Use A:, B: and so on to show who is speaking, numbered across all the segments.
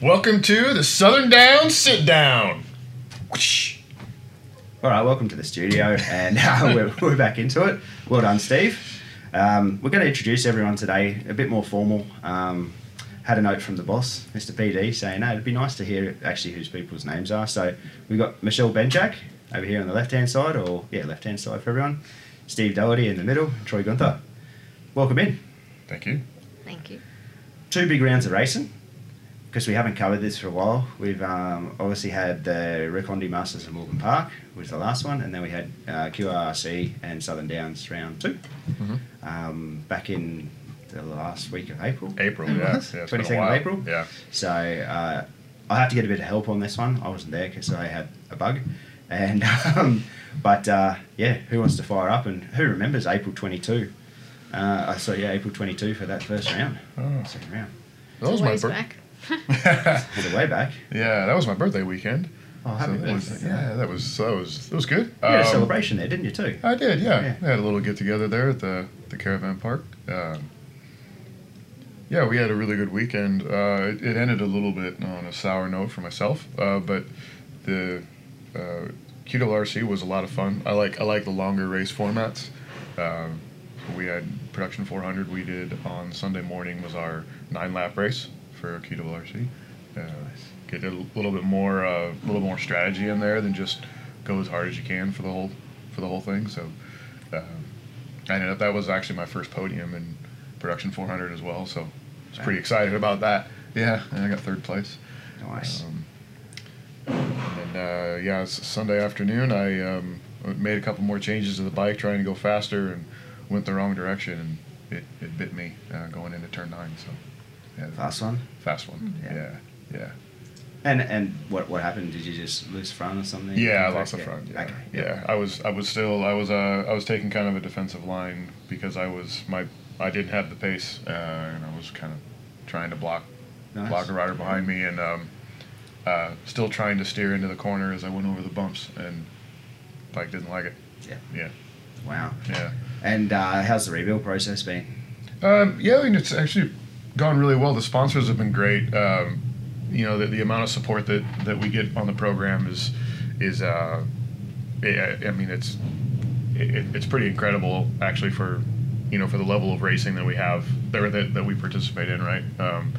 A: Welcome to the Southern Down Sit Down.
B: All right, welcome to the studio, and uh, we're, we're back into it. Well done, Steve. Um, we're going to introduce everyone today a bit more formal. Um, had a note from the boss, Mr. PD, saying no, it'd be nice to hear actually whose people's names are. So we've got Michelle Benchak over here on the left hand side, or yeah, left hand side for everyone. Steve Doherty in the middle, Troy Gunther. Welcome in.
A: Thank you.
C: Thank you.
B: two big rounds of racing because we haven't covered this for a while. We've um, obviously had the Recondi Masters in Morgan Park, was the last one, and then we had uh, QRC and Southern Downs round 2 um, back in the last week of April.
A: April,
B: it
A: yeah.
B: was,
A: Yeah, it's been a
B: 22nd Uh-huh. of
A: while.
B: April.
A: Yeah.
B: So uh, I have to get a bit of help on this one. I wasn't there because I had a bug. And um, but uh, yeah, who wants to fire up and who remembers April 22? Uh, I saw yeah April 22 for that first round,
A: Oh.
B: second round.
A: That was
C: It's a
A: my
C: ways
A: bir-
C: back.
B: It's a way back.
A: Yeah, that was my birthday weekend.
B: Oh, happy
A: So it was-
B: birthday.
A: yeah, that was that was that was good.
B: You had a
A: Um,
B: celebration there, didn't you too?
A: I did, yeah.
B: Yeah.
A: We had a little get together there at the, the caravan park. Um, yeah, we had a really good weekend. Uh, it, it ended a little bit on a sour note for myself, uh, but the uh, QLRC was a lot of fun. I like I like the longer race formats. Um, we had production 400 we did on Sunday morning was our nine lap race for QWRC. Uh, Get a l- little bit more a little more strategy in there than just go as hard as you can for the whole for the whole thing. So uh, I ended up that was actually my first podium in production 400 as well. So I was pretty excited about that. Yeah, and I got third place.
B: Nice.
A: Um, and uh, yeah, it's Sunday afternoon. I um, made a couple more changes to the bike, trying to go faster, and went the wrong direction, and it, it bit me uh, going into turn nine. So yeah,
B: Fast one.
A: fast one.
B: Yeah.
A: Yeah, yeah,
B: And and what what happened? Did you just lose front or something?
A: yeah. I lost the front. Yeah,
B: Okay.
A: yeah. I was I was still I was uh, I was taking kind of a defensive line because I was my I didn't have the pace, uh, and I was kind of trying to block
B: Nice.
A: block a rider behind me and um, uh, still trying to steer into the corner as I went over the bumps and bike didn't like it.
B: Yeah.
A: Yeah,
B: Wow.
A: yeah.
B: And uh, how's the rebuild process been?
A: Um, yeah, and it's actually gone really well. The sponsors have been great. Um, you know, the, the amount of support that, that we get on the program is is uh, I I mean, it's it, it's pretty incredible actually for you know for the level of racing that we have there that, that we participate in, right? Um,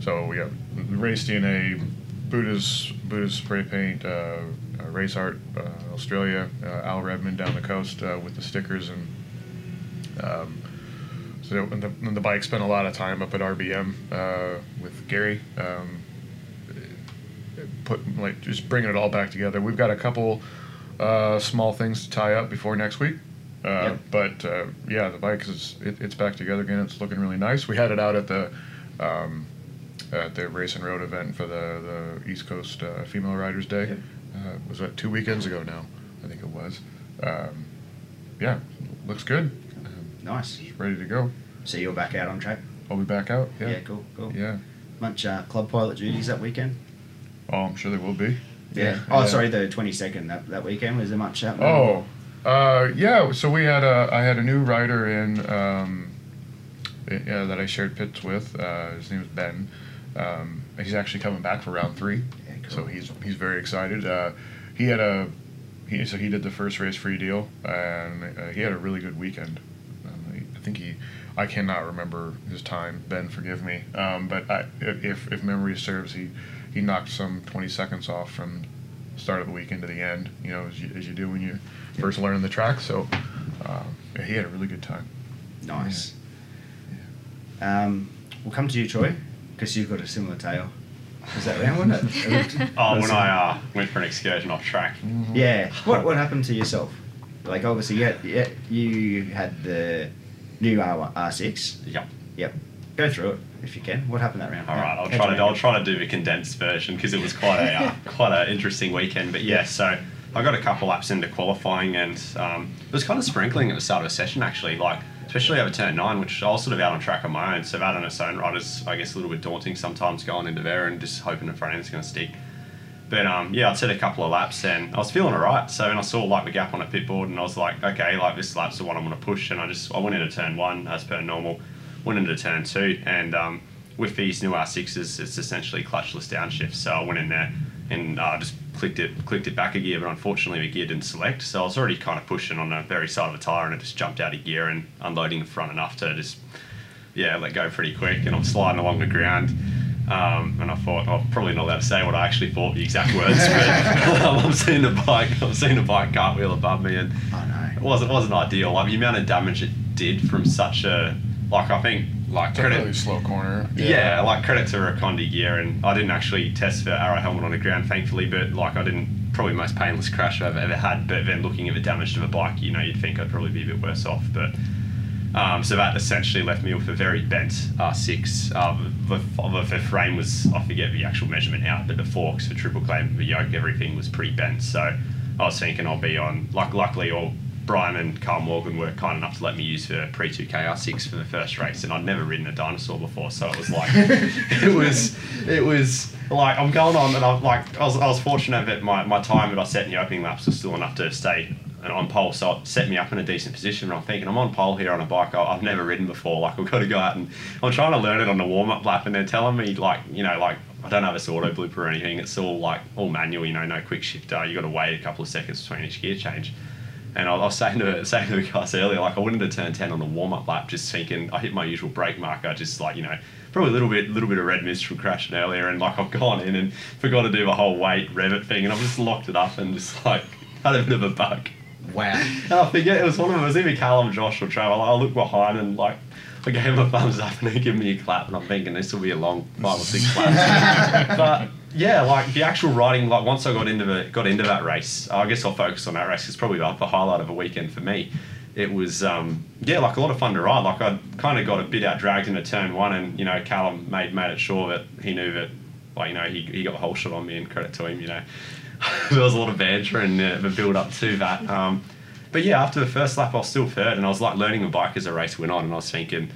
A: so we have race DNA, Buddha's Buddha's spray paint, uh, uh, race art, uh, Australia, uh, Al Redmond down the coast uh, with the stickers and. Um, so and the, and the bike spent a lot of time up at RBM uh, with Gary, um, put like just bringing it all back together. We've got a couple uh, small things to tie up before next week, uh,
B: Yep.
A: but uh, yeah, the bike is it, it's back together again. It's looking really nice. We had it out at the um, at the race and road event for the the East Coast uh, Female Riders Day.
B: Yep.
A: Uh, was that two weekends ago now? I think it was. Um, yeah, looks good. Um,
B: Nice.
A: ready to go.
B: So you're back out on track?
A: I'll be back out. Yeah.
B: Cool. Cool.
A: Yeah.
B: Much uh, club pilot duties that weekend.
A: Oh, I'm sure there will be.
B: Oh, sorry, the 22nd that, that weekend. Was there much happening?
A: Oh, uh, yeah. So we had a I had a new rider in um, uh, that I shared pits with. Uh, his name is Ben. Um, he's actually coming back for round three.
B: Yeah, cool.
A: So he's he's very excited. Uh, he had a he, so he did the first race free deal, and uh, he had a really good weekend. Um, he- I think he. I cannot remember his time. Ben, forgive me. Um, but I, if, if memory serves, he, he knocked some 20 seconds off from start of the weekend to the end, you know, as you, as you do when you're first learning the track. So um, yeah, he had a really good time.
B: Nice. Um, we'll come to you, Troy, because you've got a similar tale. Was that round one?
D: Oh, when I uh, went for an excursion off track.
B: Yeah. What what happened to yourself? Like obviously, yeah, yeah, you had the new R R six.
D: Yep.
B: Yep. Go through it if you can. What happened that round?
D: All right, I'll
B: Catch
D: try
B: me.
D: to I'll try to do the condensed version because it was quite a uh, quite an interesting weekend. But yeah, so I got a couple laps into qualifying, and um, it was kind of sprinkling at the start of the session actually, like especially over turn nine, which I was sort of out on track on my own. So that on its own right is I guess a little bit daunting sometimes going into there and just hoping the front end's going to stick. But um, yeah, I'd set a couple of laps and I was feeling alright. So when I saw like the gap on a pit board and I was like, okay, like this lap's the one I'm gonna push. And I just I went into turn one as per normal, went into turn two and um, with these new R6s, it's essentially clutchless downshift. So I went in there and uh, just clicked it clicked it back a gear, but unfortunately the gear didn't select. So I was already kind of pushing on the very side of the tyre and it just jumped out of gear and unloading in front enough to just, yeah, let go pretty quick. And I'm sliding along the ground. Um, and I thought, I'm probably not allowed to say what I actually thought the exact words, but I'm seeing the bike, I'm seeing the bike cartwheel above me and
B: Oh
D: it
B: no.
D: wasn't wasn't ideal. Like the amount of damage it did from such a like I think like
A: Definitely
D: credit.
A: slow corner.
D: Yeah. like credit to Rakondi gear, and I didn't actually test for arrow helmet on the ground, thankfully, but like I didn't probably most painless crash I've ever had. But then looking at the damage to the bike, you know, you'd think I'd probably be a bit worse off. But um, so that essentially left me with a very bent R6. Um, the, the, the frame was I forget the actual measurement out, but the forks, the triple claim, the yoke, everything was pretty bent. So I was thinking I'll be on. Luck, luckily, all Brian and Carl Morgan were kind enough to let me use the pre 2K R6 for the first race, and I'd never ridden a dinosaur before, so it was like it was it was like I'm going on, and I'm like I was, I was fortunate that my, my time that I set in the opening laps was still enough to stay and on pole, so it set me up in a decent position. And I'm thinking, I'm on pole here on a bike I- I've never ridden before. Like, I've got to go out and I'm trying to learn it on the warm up lap, and they're telling me, like, you know, like, I don't have this auto blooper or anything. It's all like all manual, you know, no quick shifter. You got to wait a couple of seconds between each gear change. And I, I was saying to saying to the guys earlier, like I went into turn ten on the warm up lap, just thinking I hit my usual brake marker, just like you know, probably a little bit little bit of red mist from crashing earlier, and like I've gone in and forgot to do the whole weight revit thing, and I've just locked it up and just like had a bit of a bug.
B: Wow.
D: And I forget it was one of them. It was either Callum, Josh, or Trevor. Like, I looked behind and like I gave him a thumbs up and he gave me a clap, and I'm thinking this will be a long five or six laps. but yeah, like the actual riding. Like once I got into the got into that race, I guess I'll focus on that race. It's probably like the highlight of the weekend for me. It was um, yeah, like a lot of fun to ride. Like I kind of got a bit out dragged into turn one, and you know Callum made made it sure that he knew that like you know he, he got the whole shot on me, and credit to him, you know. there was a lot of banter and uh, the build up to that. Um, but yeah, after the first lap, I was still third, and I was like learning the bike as the race went on, and I was thinking,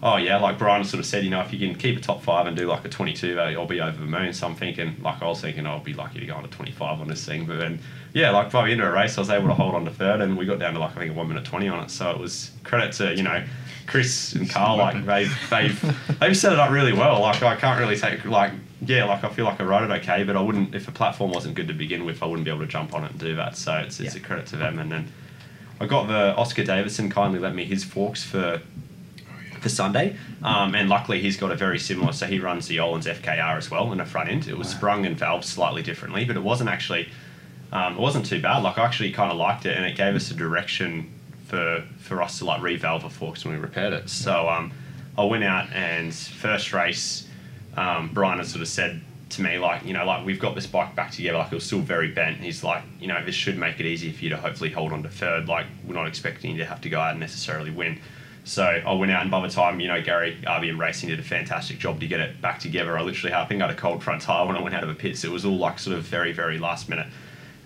D: oh yeah, like Brian sort of said, you know, if you can keep a top five and do like a 22, I'll be over the moon. So I'm thinking, like I was thinking, I'll be lucky to go on a 25 on this thing. But then, yeah, like by the end of the race, I was able to hold on to third, and we got down to like I think a one minute 20 on it. So it was credit to you know. Chris and Carl, like they've they've they've set it up really well. Like I can't really take like yeah, like I feel like I ride it okay, but I wouldn't if the platform wasn't good to begin with, I wouldn't be able to jump on it and do that. So it's it's
B: Yeah.
D: a credit to them. And then I got the Oscar Davidson kindly lent me his forks for for Sunday, um, and luckily he's got a very similar. So he runs the Olin's FKR as well in the front end. It was sprung and valved slightly differently, but it wasn't actually um, it wasn't too bad. Like I actually kind of liked it, and it gave us a direction for for us to like revalve the forks when we repaired it. So um, I went out and first race, um, Brian had sort of said to me like, you know, like we've got this bike back together. Like it was still very bent. He's like, you know, this should make it easy for you to hopefully hold on to third. Like we're not expecting you to have to go out and necessarily win. So I went out, and by the time you know Gary RBM Racing did a fantastic job to get it back together. I literally, I think I had a cold front tire when I went out of the pits. It was all like sort of very, very last minute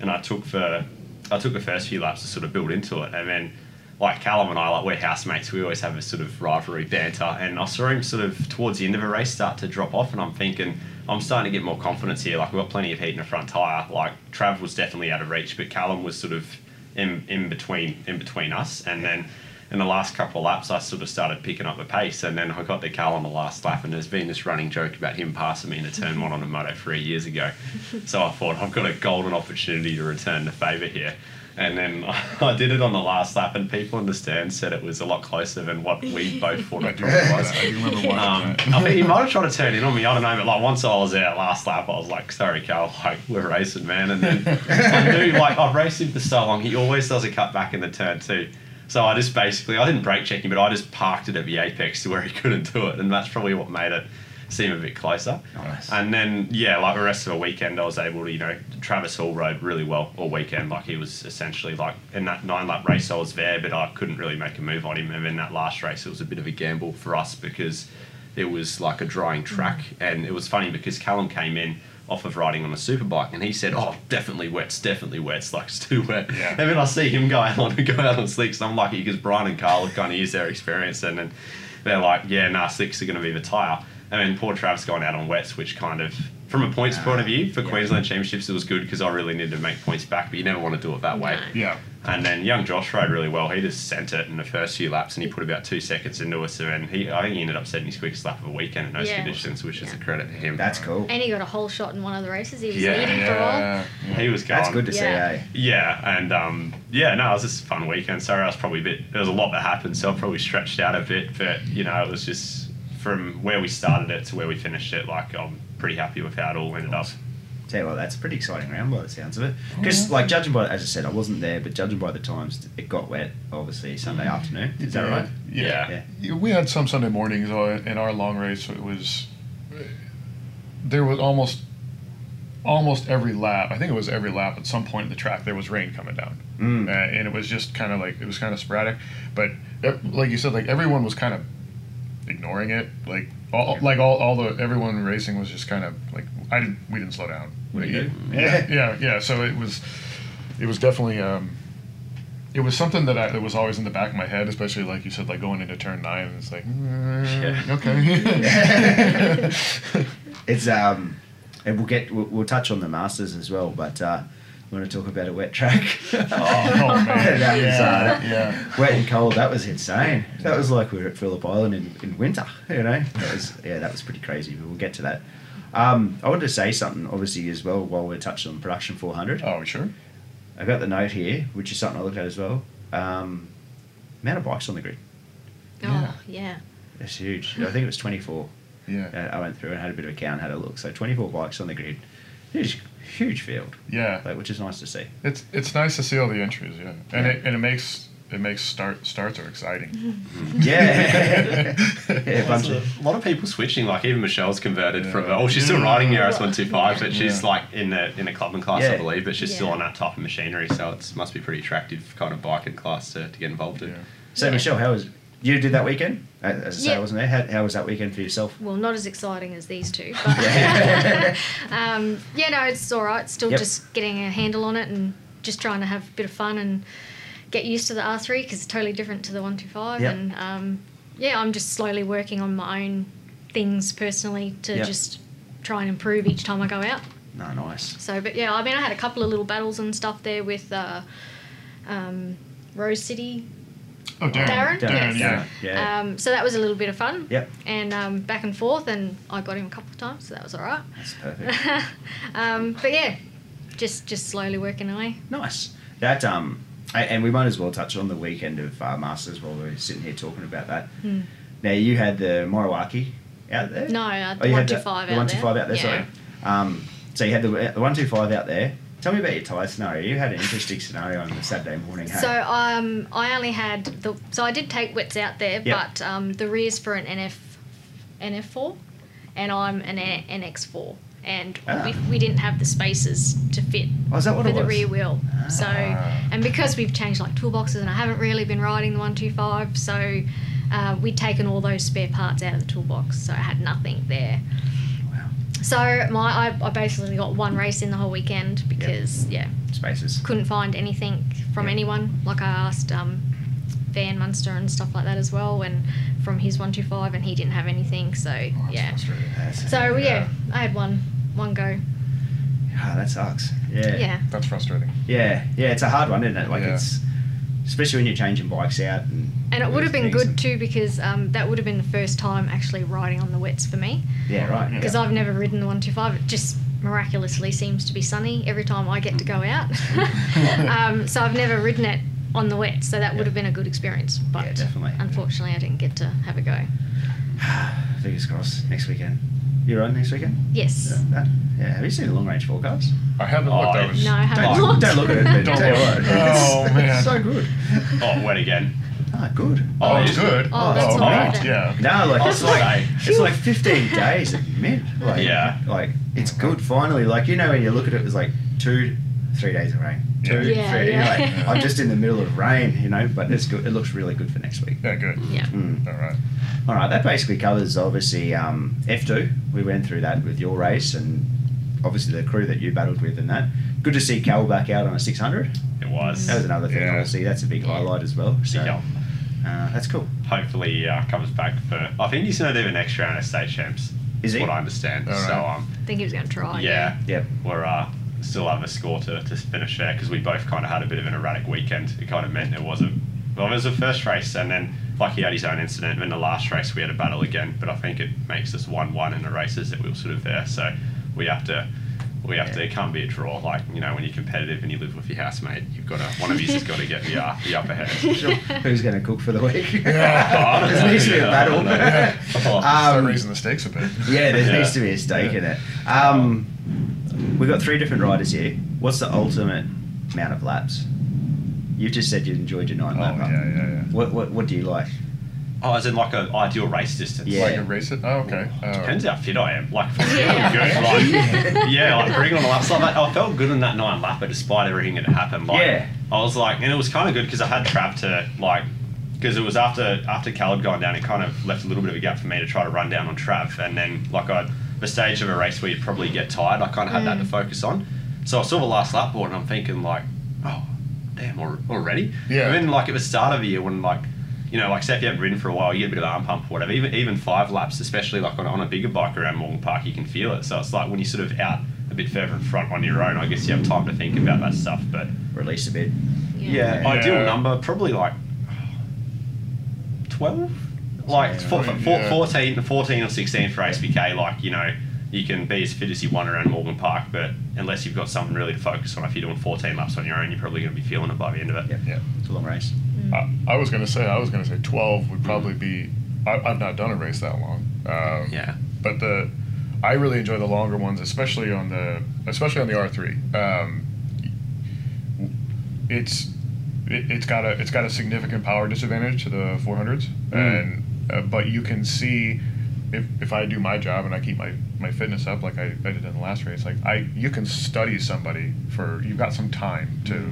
D: and I took the I took the first few laps to sort of build into it, and then like Callum and I, like we're housemates, we always have a sort of rivalry banter, and I saw him sort of towards the end of a race start to drop off, and I'm thinking I'm starting to get more confidence here. Like we've got plenty of heat in the front tire. Like Trav was definitely out of reach, but Callum was sort of in in between in between us, and then. In the last couple of laps, I sort of started picking up the pace, and then I got to Cal on the last lap, and there's been this running joke about him passing me in a turn one on a moto three years ago. So I thought I've got a golden opportunity to return the favour here, and then I did it on the last lap, and people in the stands said it was a lot closer than what we both thought
A: I
D: it
A: do
D: probably
A: remember
D: was.
A: that. I do remember watching
D: Um,
A: that.
D: I think he might have tried to turn in on me. I don't know, but like once I was out last lap, I was like, "Sorry, Carl, like we're racing, man." And then I knew, like, I've raced him for so long. He always does a cut back in the turn too. So I just basically, I didn't brake check him, but I just parked it at the apex to where he couldn't do it, and that's probably what made it seem a bit closer.
B: Nice.
D: And then yeah, like the rest of the weekend, I was able to you know Travis Hall rode really well all weekend. Like he was essentially like in that nine lap race, I was there, but I couldn't really make a move on him. And then that last race, it was a bit of a gamble for us because it was like a drying track, and it was funny because Callum came in off of riding on a superbike, and he said, "Oh, definitely wets, definitely wets, like it's too wet."
A: Yeah.
D: And then I see him go out on go out on slicks, and I'm lucky because Brian and Carl have kind of used their experience, and then they're like, "Yeah, nah, slicks are going to be the tire." And then poor Trav's gone out on wets, which kind of, from a points point of view, for
B: Ah, yeah.
D: Queensland Championships, it was good because I really needed to make points back, but you never want to do it that way.
A: Yeah.
D: And then young Josh rode really well. He just sent it in the first few laps, and he put about two seconds into us. And he, I think he ended up setting his quickest lap of the weekend in those
C: Yeah.
D: conditions, which is a
C: Yeah.
D: credit to him.
B: That's cool.
C: And he got a whole shot in one of the races. He was
D: Yeah.
C: leading Oh,
A: Yeah.
D: he was going.
B: That's good to see,
C: Yeah.
B: eh?
D: Yeah, and um, yeah, no, it was just a fun weekend. Sorry, I was probably a bit. There was a lot that happened, so I probably stretched out a bit. But you know, it was just from where we started it to where we finished it. Like I'm pretty happy with how it all ended up.
B: Tell you what, that's a pretty exciting round by the sounds of it. Because, like, judging by, as I said, I wasn't there, but judging by the times it got wet, obviously, Sunday afternoon. Is that right?
A: Yeah.
B: Yeah.
A: Yeah, We had some Sunday mornings uh, in our long race. It was there was almost almost every lap. I think it was every lap at some point in the track there was rain coming down,
B: Mm.
A: uh, and it was just kind of like it was kind of sporadic. But e- like you said, like everyone was kind of ignoring it. Like all like all, all the everyone racing was just kind of like I didn't we didn't slow down.
B: We
A: Like,
B: did.
A: yeah, yeah, yeah. So it was it was definitely. Um, it was something that I, that was always in the back of my head, especially like you said, like going into turn nine. and It's like, mm,
D: Yeah.
A: okay.
B: It's um, and we'll get we'll, we'll touch on the Masters as well, but uh, we want to talk about a wet track.
A: oh, oh, man,
B: That was,
A: yeah,
B: uh,
A: yeah.
B: wet and cold. That was insane. That was like we were at Phillip Island in, in winter. You know, that was yeah, that was pretty crazy. But we'll get to that. Um, I wanted to say something, obviously, as well, while we're touching on production 400.
A: Oh, sure.
B: I got the note here, which is something I looked at as well. Um, amount of bikes on the grid.
C: for all. Oh, yeah.
B: That's huge. I think it was 24. Uh,
A: Yeah,
B: I went through and had a bit of a count, had a look. So 24 bikes on the grid. Huge, huge field,
A: yeah.
B: like, which is nice to see.
A: It's it's nice to see all the entries. Yeah, and it and it makes it makes start starts are exciting.
B: Yeah. yeah, bunch
D: There's
B: of,
D: a lot of people switching. Like even Michelle's converted from.
A: Yeah.
D: Oh, she's still riding the RS one two five, but she's
A: Yeah.
D: like in the in a clubman class,
B: Yeah.
D: I believe. But she's still
C: Yeah.
D: on that type of machinery, so it must be pretty attractive kind of biking class to, to get involved in.
A: Yeah.
B: so, Michelle, how was you did that weekend? Uh, As I say, I
C: Yeah.
B: wasn't there. How, how was that weekend for yourself?
C: Well, not as exciting as these two. But um, yeah, no, it's all right. Still
B: Yep.
C: just getting a handle on it and just trying to have a bit of fun and get used to the R3 because it's totally different to the 125.
B: Yep.
C: And um, yeah, I'm just slowly working on my own things personally to
B: Yep.
C: just try and improve each time I go out.
B: No, nice.
C: So, but yeah, I mean, I had a couple of little battles and stuff there with uh, um, Rose City.
A: Oh, Darren.
C: Darren? Yes.
A: yeah.
B: yeah.
C: Um, so that was a little bit of fun.
B: Yep.
C: And um, back and forth, and I got him a couple of times, so that was all right.
B: That's perfect.
C: um, but yeah, just just slowly working away.
B: Nice. That um, I, and we might as well touch on the weekend of uh, Masters while we're sitting here talking about that. Now you had the Moriwaki out there.
C: Hmm. No, uh,
B: Oh,
C: the
B: you
C: one
B: had
C: two
B: the
C: five
B: the
C: out
B: 125
C: there.
B: out there. Sorry. Um, so you had the, the one two five out there. Tell me about your tyre scenario. You had an interesting scenario on the Saturday morning. Hey?
C: So um, I only had the so I did take wets out there,
B: Yep.
C: but um, the rears for an NF NF four, and I'm an NX four, and
B: Ah.
C: we, we didn't have the spaces to fit
B: oh, is that what
C: for
B: it
C: the
B: was?
C: rear wheel. So, and because we've changed like toolboxes, and I haven't really been riding the 125, so uh, we'd taken all those spare parts out of the toolbox, so I had nothing there.
B: Wow.
C: So my I, I basically got one race in the whole weekend because yeah,
B: Spaces.
C: couldn't find anything from
B: Yep.
C: anyone. Like I asked um, Van Munster and stuff like that as well, and from his 125, and he didn't have anything. So
A: Oh, that's
C: yeah,
A: frustrating.
B: That's-
C: so yeah.
A: Yeah.
C: I had one one go.
B: Ah, that sucks. Yeah.
C: yeah.
A: That's frustrating.
B: Yeah. Yeah. It's a hard one, isn't it? Like
A: Yeah.
B: it's especially when you're changing bikes out and.
C: And it would have been
B: things
C: good
B: and-
C: too because um, that would have been the first time actually riding on the wets for me
B: Yeah. Right.
C: because I've never ridden the 125. It just miraculously seems to be sunny every time I get to go out. um, so I've never ridden it on the wet, so that would have been a good experience. But
B: definitely.
C: unfortunately, I didn't get to have a go.
B: Fingers crossed. Next weekend. You're on next weekend.
C: Yes.
B: That- yeah. Have you seen the long range forecast?
A: I haven't
D: Oh,
A: looked. I
D: it's-
A: was.
C: No, I haven't
B: Don't,
C: looked.
B: don't look at it. But
A: Don't
B: tell you
A: look.
B: what,
A: Oh,
B: it's,
A: man.
B: It's so good.
D: Oh, wet again.
B: Ah, good.
A: Oh,
D: Oh,
A: it's
D: yeah.
A: good.
C: Oh, that's all right
A: okay.
C: then.
A: Yeah.
B: No, like
D: Oh,
B: it's
D: it's
B: like
D: like-
B: it's like 15 days at mid. Like,
D: Yeah.
B: Like it's good finally. Like you know when you look at it, it was like two, three days of rain. Two,
A: Yeah.
C: Yeah,
B: three.
C: yeah.
B: Like, I'm just in the middle of rain, you know. But it's good. It looks really good for next week.
A: Yeah. Good.
C: Yeah.
B: Mm.
A: All right.
B: All right, that basically covers obviously um, F2. We went through that with your race and obviously the crew that you battled with and that. Good to see Cal back out on a 600.
D: It was.
B: That was another thing,
A: Yeah.
B: obviously. That's a big highlight as well. So
D: Yeah.
B: uh, that's cool.
D: hopefully he uh, comes back for. I think he's going to do the next round of state champs.
B: Is he?
D: What I understand.
A: All
D: So
A: right.
D: um,
C: Oh, I think he was going to try.
D: yeah,
B: Yep.
D: we're uh, still have a score to, to finish there because we both kind of had a bit of an erratic weekend. It kind of meant there wasn't. Well, it was the first race, and then like he had his own incident. And then the last race, we had a battle again. But I think it makes us one-one in the races that we were sort of there. So we have to. We have to. It can't be a draw. Like you know, when you're competitive and you live with your housemate, you've got to. One of you's has got to get the, uh, the upper hand.
B: Sure. Who's going to cook for the week?
A: Yeah.
D: I don't
B: There
D: know,
B: needs to be a
D: yeah, I
B: battle.
D: don't know. Yeah.
A: Start
B: Um,
A: raising the stakes a bit.
B: Yeah, there
D: Yeah.
B: needs to be a stake in it. Um, we've got three different riders here. What's the ultimate amount of laps? You've just said you enjoyed your nine
A: Oh,
B: lap.
A: yeah,
B: run.
A: yeah, yeah.
B: What, what what do you like?
D: Oh, as in like an ideal race depends.
B: Yeah.
A: Like a race it? Oh, okay. Oh.
D: Depends how fit I am. Like, for me,
C: Yeah.
D: I'm good. Like, yeah, like bring on the laps. Like, that. I felt good in that nine lapper despite everything that happened. Like,
B: Yeah.
D: I was like, and it was kind of good because I had Trap to like, because it was after after Cal had gone down, it kind of left a little bit of a gap for me to try to run down on Trav, and then like I the stage of a race where you'd probably get tired. I kind of had that to focus on. So I saw the last lap board, and I'm thinking like, oh, damn, al- already.
A: Yeah.
D: And then like at the start of the year when like you know, like say if you haven't ridden for a while, you get a bit of arm pump or whatever. Even even five laps, especially like on, on a bigger bike around Morgan Park, you can feel it. So it's like when you're sort of out a bit further in front on your own, I guess you have time to think about that stuff. But
B: Release a bit.
D: yeah,
A: Yeah.
D: ideal
A: Yeah.
D: number probably like twelve, like four,
A: Something,
D: four,
A: yeah.
D: 14, 14 or sixteen for ASPK. Like you know, you can be as fit as you want around Morgan Park, but unless you've got something really to focus on, if you're doing fourteen laps on your own, you're probably going to be feeling it by the end of it.
B: Yep.
A: Yeah.
B: It's a long race.
A: I, Um, I was gonna say I was gonna say twelve would probably be. I, I've not done a race that long. Um,
D: Yeah.
A: But the I really enjoy the longer ones, especially on the especially on the R three. Um, it's it, it's got a it's got a significant power disadvantage to the 400s, and uh, but you can see. If, if I do my job and I keep my, my fitness up like I, I did in the last race, like I you can study somebody for you've got some time to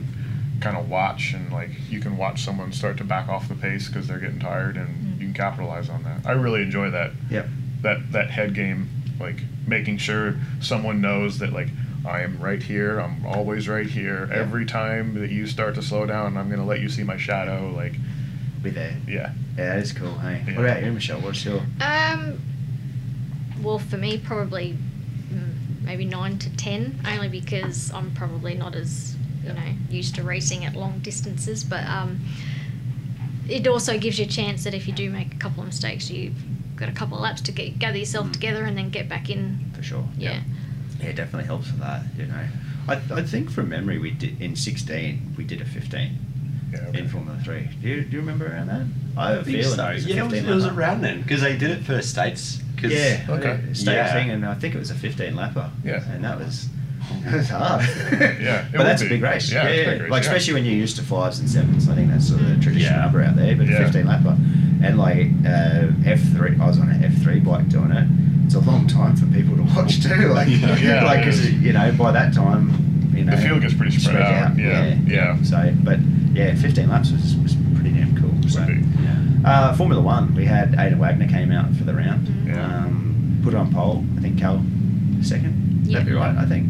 A: kind of watch and like you can watch someone start to back off the pace because they're getting tired and you can capitalize on that. I really enjoy that
B: Yep.
A: that that head game, like making sure someone knows that like I am right here. I'm always right here. Every time that you start to slow down, I'm gonna let you see my shadow. Like,
B: Be there.
A: yeah,
B: Yeah, it's cool. Hey,
A: Yeah.
B: what about you, Michelle? What's your
C: Um, well, for me, probably mm, maybe nine to ten, only because I'm probably not as you know used to racing at long distances. But um, it also gives you a chance that if you do make a couple of mistakes, you've got a couple of laps to get, gather yourself together and then get back in.
B: for sure?
C: Mm. Yeah.
B: Yeah, it definitely helps with that. You know, I, I think from memory we did in sixteen we did a fifteen
A: yeah.
B: in Formula Three. Do you, do you remember around that? I have a
D: think
B: feeling
D: so.
B: it was a
D: yeah, it was,
B: 15
D: it was
B: lapper.
D: around then because they did it for states. 'cause-
B: Yeah,
A: Okay.
B: state
D: Yeah.
B: thing, and I think it was a 15 lapper.
A: Yeah.
B: and that was it was hard.
A: Yeah, it
B: but that's
A: would
B: a big
A: be.
B: race.
A: Yeah,
B: Yeah,
A: it's a big race,
B: like
A: yeah.
B: especially when you're used to fives and sevens. I think that's sort of the traditional
D: Yeah.
B: number out there. But
A: Yeah.
B: a 15 lapper, and like uh, F3, I was on an F3 bike doing it. It's a long time for people to watch too. Like,
A: Yeah, yeah,
B: like
A: it
B: 'cause,
A: is.
B: you know, by that time, you know,
A: The field gets pretty spread out. Yeah, yeah.
B: So, but yeah, 15 laps was, was pretty damn cool. so.
A: be.
B: Uh, Formula One, we had Ada Wagner came out for the round,
C: Mm.
A: Yeah.
B: um, put on pole. I think Cal second.
C: Yeah.
B: That'd be right, I think.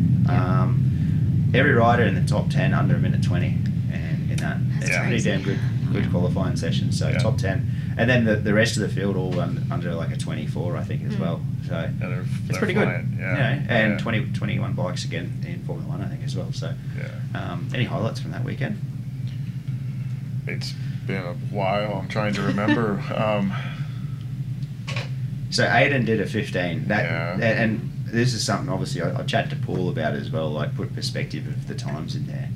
B: Um, every rider in the top ten under a minute twenty, and in that, it's
A: Yeah.
B: pretty
C: crazy.
B: damn good, good qualifying session. So
A: Yeah.
B: top ten, and then the, the rest of the field all run under like a twenty four, I think as
C: Mm.
B: well. So
A: Yeah, they're,
B: it's
A: they're
B: pretty
A: flying,
B: good.
A: Yeah,
B: You know, and
A: yeah.
B: 20, 21 bikes again in Formula One, I think as well. So
A: Yeah.
B: um, any highlights from that weekend?
A: It's been a while. I'm trying to remember. um,
B: So Aiden did a 15. That
A: Yeah.
B: and, and this is something obviously I, I chatted to Paul about as well. Like put perspective of the times in there.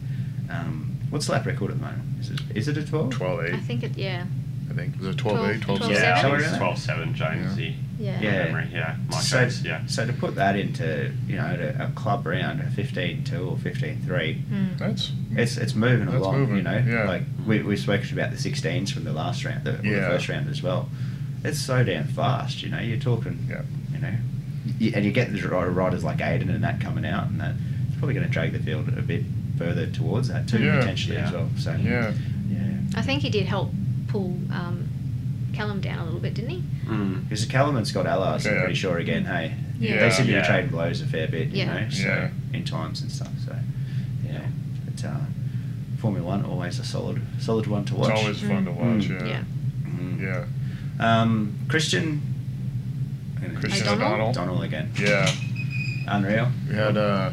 B: Um, what's the lap record at the moment? Is it is it a 12?
A: 12 8,
C: I think it. Yeah.
A: I think. Was it 12 8, 12
C: 12,
A: seven?
D: Yeah, I
B: Somewhere
D: think it's
B: around
D: 12 7, Jonesy.
C: Yeah.
B: Yeah.
D: memory, yeah. My
B: so,
D: choice, yeah.
B: so to put that into you know to a club round a 15-2 or 15-3
C: Mm.
A: That's.
B: it's uh, it's moving
A: That's
B: along you
A: moving,
B: know
A: yeah.
B: like we, we spoke about the 16s from the last round the, or the
A: Yeah.
B: first round as well it's so damn fast you know you're talking
A: Yeah.
B: you know, you, and you get the ri- riders like Aiden and that coming out, and that it's probably going to drag the field a bit further towards that too,
A: Yeah.
B: potentially as
D: Yeah.
B: well. So
A: Yeah.
B: yeah,
C: I think he did help pull um, Callum down a little bit, didn't he?
D: Mm.
B: because Callum and Scott Allard, I'm
A: Yeah.
B: pretty sure again, hey,
C: Yeah.
B: they seem to
D: Yeah.
B: be trading blows a fair bit,
C: Yeah.
B: you know, so
A: Yeah.
B: in times and stuff. So yeah, but uh, Formula One always a solid, solid one to watch.
A: It's always fun to watch.
B: Mm.
A: Yeah.
B: Mm.
A: Yeah.
B: Um, Christian. I'm gonna-
A: Christian
C: O'Donnell?
A: O'Donnell.
B: O'Donnell again.
A: Yeah.
B: Unreal.
A: We had uh,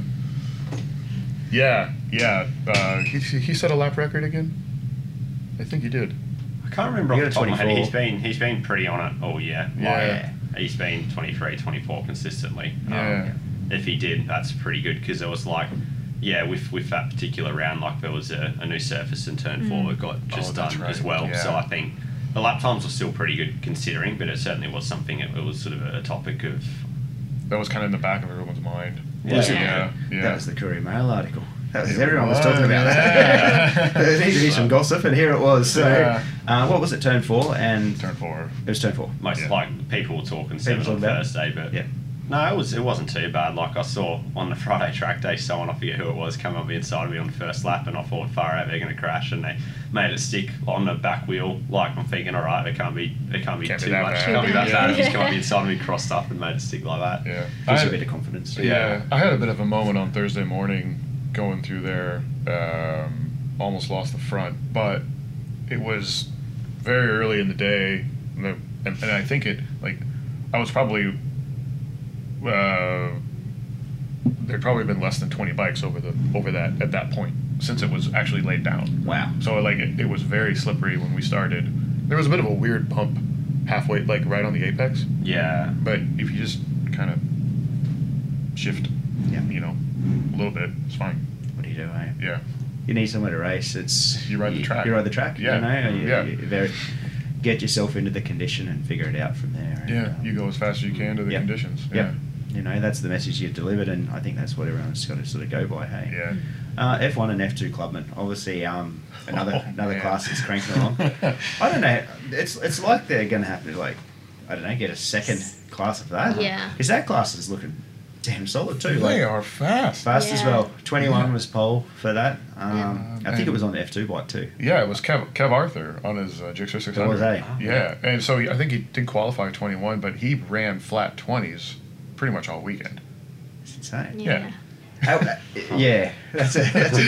A: Yeah, yeah. Uh, he, he set a lap record again. I think he did.
D: I can't remember
B: You
D: off
B: got
D: the top of my head.
B: 24.
D: He's been he's been pretty on it all year. Like,
A: Yeah.
D: He's been 23, 24 consistently. Um,
A: Yeah.
D: if he did, that's pretty good because there was like, yeah, with with that particular round, like there was a, a new surface in turn four that got just
A: Oh, that's
D: done as
A: right.
D: well. So
A: Yeah.
D: I think the lap times were still pretty good considering, but it certainly was something. It, it was sort of a topic of.
A: That was kind of in the back of everyone's mind.
D: Yeah.
B: Was it?
A: Yeah. yeah.
B: That was the Courier Mail article. That was
A: It
B: everyone was,
A: was,
B: talking about
A: yeah.
B: that. there needed to be some gossip, and here it was. So,
A: Yeah.
B: uh, what was it? Turn four, and
A: Turn four.
B: it was turn four.
D: Most
A: Yeah.
D: like people were talking seven
B: talk
D: on
B: about it.
D: Thursday, but
B: Yeah.
D: no, it was it wasn't too bad. Like I saw on the Friday track day, someone I forget who it was come up inside me on the first lap, and I thought far out they're going to crash, and they made it stick on the back wheel. Like I'm thinking, all right, it can't be it can't be
A: Can't be
D: too
A: that
D: much,
A: bad.
D: can't be that
A: Yeah.
D: bad. It just can't be inside me, crossed up, and made it stick like that.
A: Yeah.
B: Gives
A: I-
B: you a bit of confidence.
A: Yeah. I had a bit of a moment on Thursday morning going through there. Um, almost lost the front, but it was very early in the day, and, the, and, and I think it like I was probably uh, there'd probably been less than twenty bikes over the over that at that point since it was actually laid down.
B: Wow.
A: So like it, it was very slippery when we started. There was a bit of a weird bump halfway, like right on the apex.
D: Yeah,
A: But if you just kind of shift,
B: Yeah.
A: you know, a little bit, it's fine.
B: What do you do? Eh?
A: Yeah.
B: You need somewhere to race. It's
A: You ride the track.
B: You ride the track.
A: Yeah.
B: You know. You,
A: Yeah.
B: you very- get yourself into the condition and figure it out from there. and,
A: Yeah.
B: um,
A: You go as fast as you can to the
B: Yep.
A: conditions.
B: Yep. You know, that's the message you've delivered, and I think that's what everyone's got to sort of go by, hey?
A: Yeah. Yeah.
B: Uh, F1 and F2 clubman, obviously um, another
A: Oh,
B: another
A: man.
B: class that's cranking along. I don't know. It's it's like they're going to have to like I don't know get a second class of that.
C: Yeah.
B: Because that class is looking damn solid too.
A: They
B: Like
A: are fast.
B: fast as
C: Yeah.
B: well. Twenty one
A: Yeah.
B: was pole for that. Um,
A: Yeah.
B: I think it was on the F2 bike too.
A: Yeah, it was Kev, Kev Arthur on his uh, Gixxer 600.
B: It was eh?
A: Yeah, and so he, I think he did qualify 21, but he ran flat 20s pretty much all weekend.
B: It's insane.
A: Yeah.
C: Yeah.
B: How- uh, yeah, that's a, that's an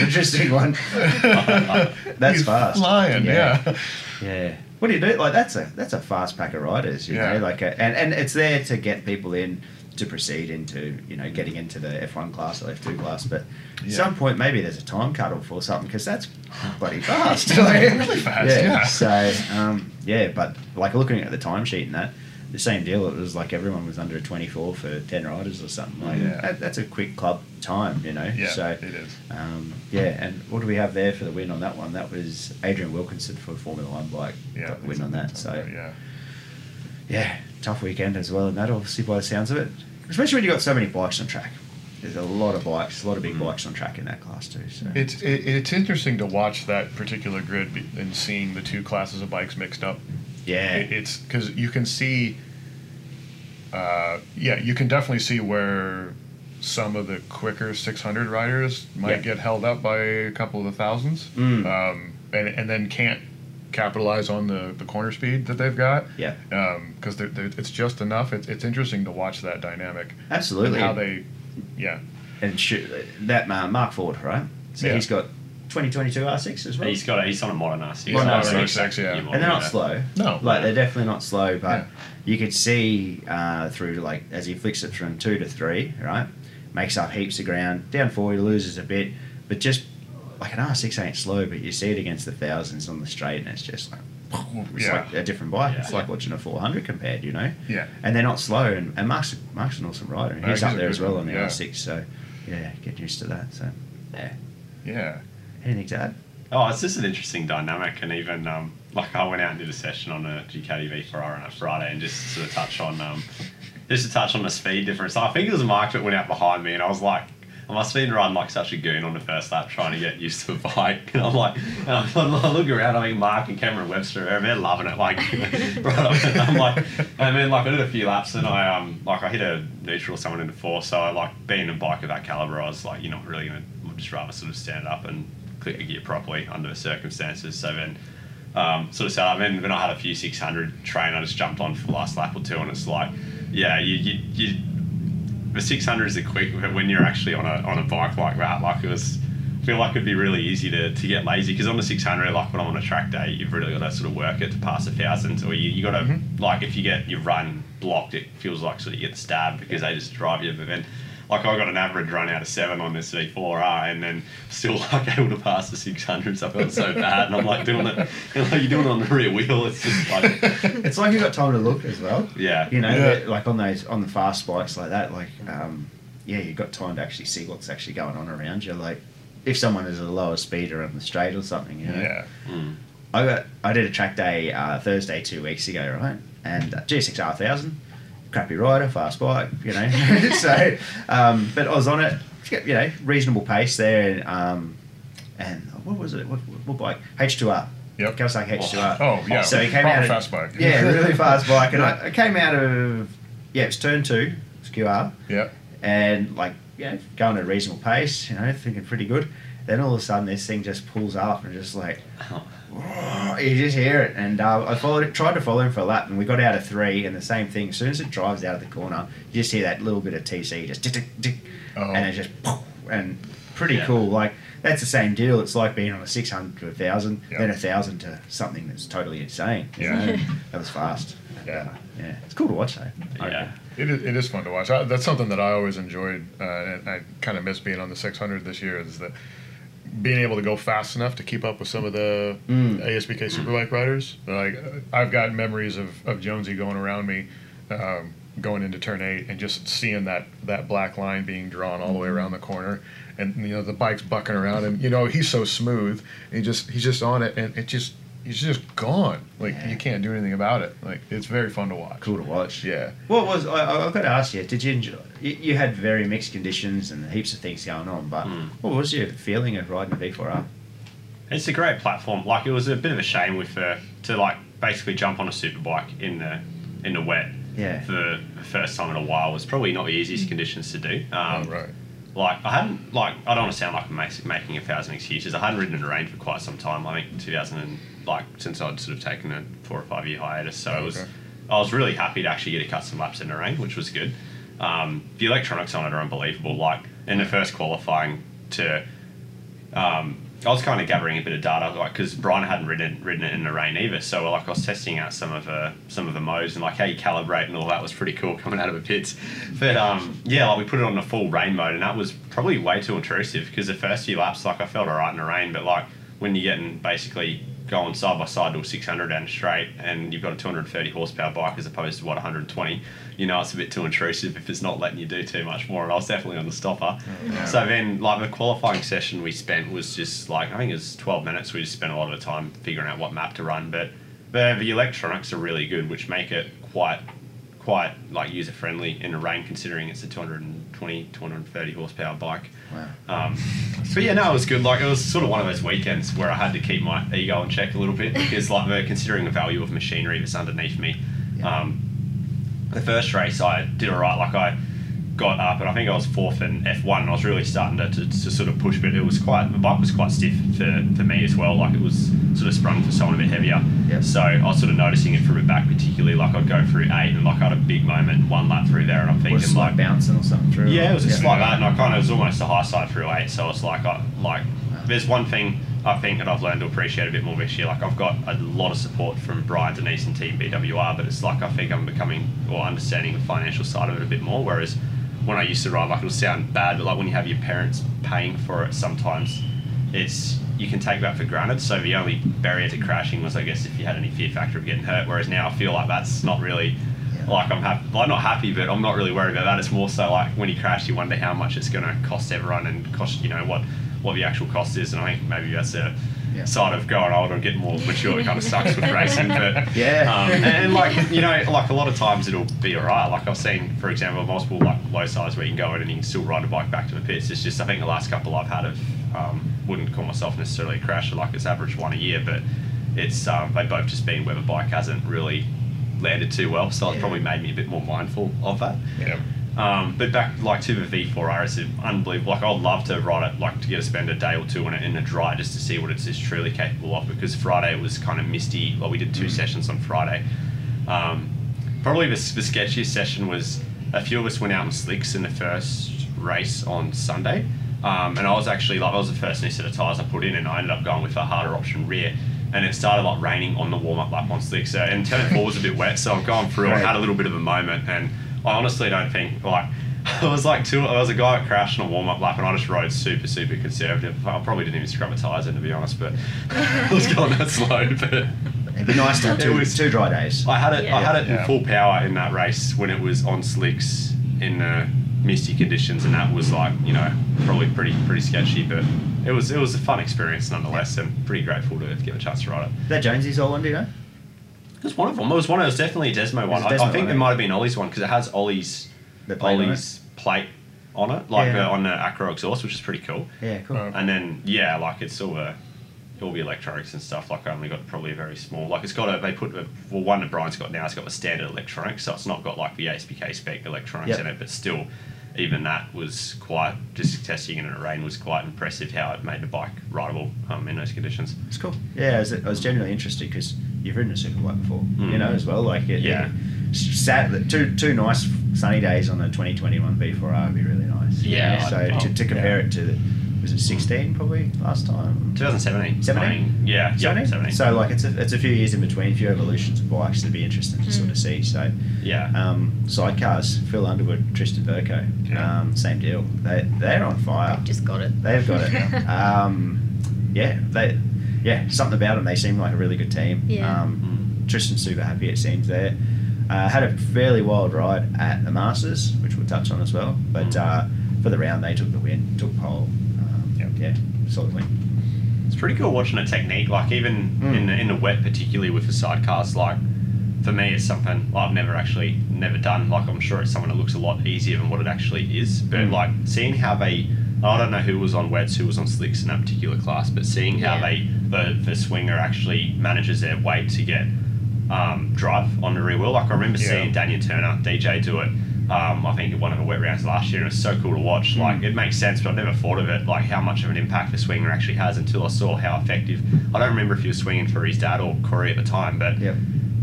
B: interesting one. That's
A: He's
B: fast.
A: Flying,
B: Yeah.
A: yeah.
B: Yeah. What do you do? Like that's a that's a fast pack of riders, you
A: Yeah.
B: know. Like a, and and it's there to get people in to proceed into you know getting into the F one class or F two class. But at
A: Yeah.
B: some point maybe there's a time cut off or something because that's bloody fast.
A: Really fast, yeah.
B: So um, yeah, but like looking at the timesheet and that. The same deal. It was like everyone was under a twenty-four for ten riders or something. Like
A: Yeah.
B: that, that's a quick club time, you know.
A: Yeah,
B: so
A: it is.
B: um, yeah, and what do we have there for the win on that one? That was Adrian Wilkinson for Formula One bike.
A: Yeah.
B: got the win on that. So yeah.
A: yeah.
B: tough weekend as well, and that obviously by the sounds of it, especially when you have got so many bikes on track. There's a lot of bikes, a lot of big bikes on track in that class too. So
A: It's Mm. it, it's interesting to watch that particular grid be- and seeing the two classes of bikes mixed up.
B: yeah,
A: It, Eh, it's because you can see, uh, yeah, you can definitely see where some of the quicker 600 riders might
B: Yeah.
A: get held up by a couple of the thousands,
B: Mm.
A: um, and and then can't capitalize on the, the corner speed that they've got.
B: yeah,
A: Because they're, they're, it's just enough. It's, it's interesting to watch that dynamic.
B: absolutely.
A: How they, yeah,
B: and shoot, that uh, Mark Ford, right? So
A: Yeah.
B: he's got 2022 R6 as well.
D: he's got a, he's on a modern R6.
B: Modern
D: like,
B: R6,
D: six-
A: yeah.
D: you
A: And
B: and they're not
D: know.
B: slow.
A: No.
B: like they're definitely not slow, but
A: Yeah.
B: you could see uh, through like as he flicks it from two to three, right? Makes up heaps of ground. Down four, he loses a bit, but just like an R six ain't slow, but you see it against the thousands on the straight, and it's just like. It's
A: Yeah.
B: like a different bike. It's
D: Yeah.
B: like watching a 400 compared, you know.
A: Yeah.
B: And they're not slow, and, and Mark's, Mark's an awesome rider, and
A: Uh,
B: he's
A: he's
B: up
A: a
B: there
A: good
B: as well
A: one,
B: on the
A: yeah.
B: R6. So, yeah, get used to that. So, yeah.
A: yeah.
B: Anything to add?
D: Oh, it's just an interesting dynamic, and even um, like I went out and did a session on a Ducati V4R on a Friday, and just to sort of touch on um, just to touch on the speed difference. I think it was Mark that went out behind me, and I was like. I must have been riding like such a goon on the first lap trying to get used to the bike. And I'm like, and I'm- I look around, I mean, Mark and Cameron Webster, they're loving it. Like, right up, and I'm like, and then like I did a few laps and I, um, like I hit a neutral someone in the four. So I like being a bike of that caliber, I was like, you're not really going to, I'd just rather sort of stand up and click the gear properly under the circumstances. So then, um, sort of set up. And then I had a few 600 train, I just jumped on for the last lap or two, and it's like, yeah, you, you, you the 600s are quick, but when you're actually on a, on a bike like that, like it was, I feel like it'd be really easy to, to get lazy because on the 600, like when I'm on a track day, you've really got to sort of work it to pass a thousand, or you, you got to, like if you get your run blocked, it feels like sort of you get stabbed because they just drive you. But then, like I got an average run out of seven on this V4R, and then still like able to pass the 600s. I felt so bad, and I'm like doing it, and like you're doing it on the rear wheel. It's just like,
B: It's like you got time to look as well.
D: yeah,
B: You know,
A: Yeah.
B: that- like on those on the fast bikes like that, like um, yeah, you got time to actually see what's actually going on around you. Like if someone is at a lower speed or on the straight or something, you know.
A: Yeah.
D: Mm.
B: I got I did a track day uh, Thursday two weeks ago, right? And uh, G6R thousand, crappy rider, fast bike, you know. so, um, but I was on it, you know, reasonable pace there, and, um, and what was it? What, what bike? H2R.
A: Yep.
B: Kawasaki H2R.
A: Oh yeah.
B: So he came
A: proper
B: out of-
A: fast bike.
B: Yeah, really fast bike, and I, I came out of yeah, it's turn two, it's QR,
A: yeah.
B: and like you know, going at a reasonable pace, you know, thinking pretty good. Then all of a sudden, this thing just pulls up and just like you just hear it, and uh, I followed it, tried to follow him for a lap, and we got out of three, and the same thing. As soon as it drives out of the corner, you just hear that little bit of TC, just tick, tick, tick,
A: Oh.
B: and it just poof, and pretty
D: Yeah.
B: cool. Like that's the same deal. It's like being on a six hundred to a thousand,
A: Yeah.
B: then a thousand to something that's totally insane. you
A: Yeah.
B: know? that was fast.
A: Yeah.
B: yeah, it's cool to watch though. I
D: yeah.
B: reckon.
A: It is, it is fun to watch. I, that's something that I always enjoyed, uh, and I kind of miss being on the 600 this year. Is that being able to go fast enough to keep up with some of the
B: Mm.
A: ASBK Superbike riders? Like uh, I've got memories of, of Jonesy going around me, um, going into turn eight, and just seeing that that black line being drawn all the
B: Mm-hmm.
A: way around the corner, and you know the bike's bucking around, and you know he's so smooth, he just he's just on it, and it just he's just gone. Like
B: Yeah.
A: you can't do anything about it. Like it's very fun to watch.
B: Cool to watch.
A: Yeah.
B: What was I, I- I've got to ask you? Did you enjoy? You, you had very mixed conditions and heaps of things going on, but
D: Hmm.
B: what was your feeling of riding a V4R?
D: It's a great platform. Like it was a bit of a shame with uh, to like basically jump on a superbike in the in the wet
B: Yeah.
D: for the first time in a while was probably not the easiest conditions to do. Um,
A: oh, right.
D: Like I hadn't like I don't want to sound like I'm mas- making a thousand excuses. I hadn't ridden in the rain for quite some time. I think 2000 and like since I'd sort of taken a four or five year hiatus. So it was
A: Okay.
D: I was really happy to actually get to cut some laps in the rain, which was good. Um, the electronics on it are unbelievable. Like in the first qualifying to I was kind of gathering a bit of data, like because Brian hadn't ridden ridden it in the rain either. So like I was testing out some of the some of the modes and like how you calibrate and all that was pretty cool coming out of the pits. But um, yeah, like we put it on a full rain mode, and that was probably way too intrusive because the first few laps, like I felt alright in the rain, but like when you're getting basically going side by side to a 600 and straight, and you've got a 230 horsepower bike as opposed to what 120, you know it's a bit too intrusive if it's not letting you do too much more. And I was definitely on the stopper. So then, like the qualifying session we spent was just like I think it was 12 minutes. We just spent a lot of time figuring out what map to run, but the, the electronics are really good, which make it quite quite like user friendly in the rain considering it's a 220 230 horsepower bike
B: Wow.
D: um, but yeah, no, it was good. Like it was sort of one of those weekends where I had to keep my ego in check a little bit because, like, the- considering the value of machinery that's underneath me, um, the first race I did all right. Like I got up and I think I was fourth in F one. and I was really starting to, to, to sort of push, but it was quite the bike was quite stiff for, for me as well. Like it was sort of sprung for someone a bit heavier.
B: Yep.
D: So I was sort of noticing it from the back, particularly like I'd go through eight and like I had a big moment one lap through there, and I'm thinking
B: Was it
D: like
B: like bouncing or something through?
D: yeah, it was just
A: Yeah.
D: like that, and I kind of it was almost a high side through eight. So it's like I like there's one thing I think that I've learned to appreciate a bit more this year. Like I've got a lot of support from Brian, Denise, and Team BWR, but it's like I think I'm becoming or understanding the financial side of it a bit more. Whereas when I used to ride, like it'll sound bad, but like when you have your parents paying for it, sometimes it's you can take that for granted. So the only barrier to crashing was, I guess, if you had any fear factor of getting hurt. Whereas now I feel like that's not really
B: Yeah.
D: like I'm happy, like not happy, but I'm not really worried about that. It's more so like when you crash, you wonder how much it's going to cost everyone and cost you know what what the actual cost is. And I think maybe that's a
B: Yeah.
D: side of growing older and getting more mature. It kind of sucks with racing, but
B: Yeah.
D: um, and, and like you know, like a lot of times it'll be alright. Like I've seen, for example, multiple like low sides where you can go in and you can still ride a bike back to the pits. It's just I think the last couple I've had of um, wouldn't call myself necessarily a crasher. Like it's average one a year, but it's um, they both just been where the bike hasn't really landed too well. So it's
B: Yeah.
D: probably made me a bit more mindful of that.
A: Yeah.
D: Um, but back like to the V4R, it's unbelievable. Like I'd love to ride it, like to get to spend a day or two in it in a dry just to see what it's is truly capable of. Because Friday was kind of misty. Well, we did two sessions on Friday. Um, probably the, the sketchiest session was a few of us went out on slicks in the first race on Sunday, um, and I was actually like I was the first new set of tires I put in, and I ended up going with a harder option rear. And it started like raining on the warm up lap on slicks, Uh, so, and turn four was a bit wet, so I've gone through and
B: Right.
D: had a little bit of a moment. And I honestly don't think like I was like two. I was a guy that crashed on a warm up lap, and I just rode super, super conservative. I probably didn't even scrub a tyres in, to be honest, but I was going that slow. But
B: It'd be nice to have
D: It
B: two,
D: was-
B: two dry days.
D: I had it. I had it
A: Yeah.
D: in full power in that race when it was on slicks in the misty conditions, and that was like you know probably pretty pretty sketchy, but it was it was a fun experience nonetheless, and pretty grateful to get a chance to ride it.
B: Is that Jonesy's old one, do you know?
D: It was one of them. It was one. It was definitely a Desmo one.
B: a
D: I, I
B: Desmo
D: think
B: one,
D: it
B: eh?
D: might have been Ollie's one because it has Ollie's
B: The plate on it.
D: Ollie's plate on it, like
B: Yeah.
D: uh, on the acro exhaust, which is pretty cool.
B: Yeah, cool.
A: Uh,
D: And then yeah, like it's all uh, all the electronics and stuff. Like I only got probably a very small. Like it's got a they put a, well one that Brian's got now. It's got the standard electronics, so it's not got like the ASPK spec electronics
B: Yep.
D: in it. But still, even that was quite just testing it in the rain was quite impressive how it made the bike rideable um, in those conditions.
B: It's cool. Yeah, I was, I was genuinely interested because you've ridden a superbike before, you
D: Mm.
B: know, as well. Like, it,
D: Yeah.
B: it- sat two two nice sunny days on the 2021 V4R would be really nice. you
D: Yeah,
B: know,
D: I'd-
B: So to, to
D: oh,
B: compare it to the was it 16 probably last time.
D: 2017.
B: 17?
D: Yeah. yeah,
B: 17?
D: 17.
B: So like it's a, it's a few years in between, a few evolutions of bikes that'd be interesting to sort of see. So
D: yeah.
B: um, sidecars, Phil Underwood, Tristan Burko,
A: Yeah.
B: um, same deal. They they're on fire.
C: They've just got it.
B: They've got it. um, yeah, they, yeah, something about them. They seem like a really good team.
C: Yeah.
D: Mm.
B: Um, Tristan's super happy. It seems there. Uh, had a fairly wild ride at the Masters, which we'll touch on as well. But
D: Mm.
B: uh, for the round, they took the win, took pole. Um,
A: Yep.
B: Yeah, solid win.
D: It's pretty cool watching a technique, like even
B: Mm.
D: in the, in the wet, particularly with the sidecars. Like for me, it's something I've never actually never done. Like I'm sure it's something that looks a lot easier than what it actually is. But
B: Mm.
D: like seeing how they, I don't know who was on wets, who was on slicks in that particular class, but seeing how
C: Yeah.
D: they the, the swinger actually manages their weight to get um, drive on the rear wheel. Like I remember
A: Yeah.
D: seeing Daniel Turner DJ do it. Um, I think at one of the wet rounds last year, and it's so cool to watch. Like it makes sense, but I've never thought of it like how much of an impact the swinger actually has until I saw how effective. I don't remember if he was swinging for his dad or Corey at the time, but
B: Yep.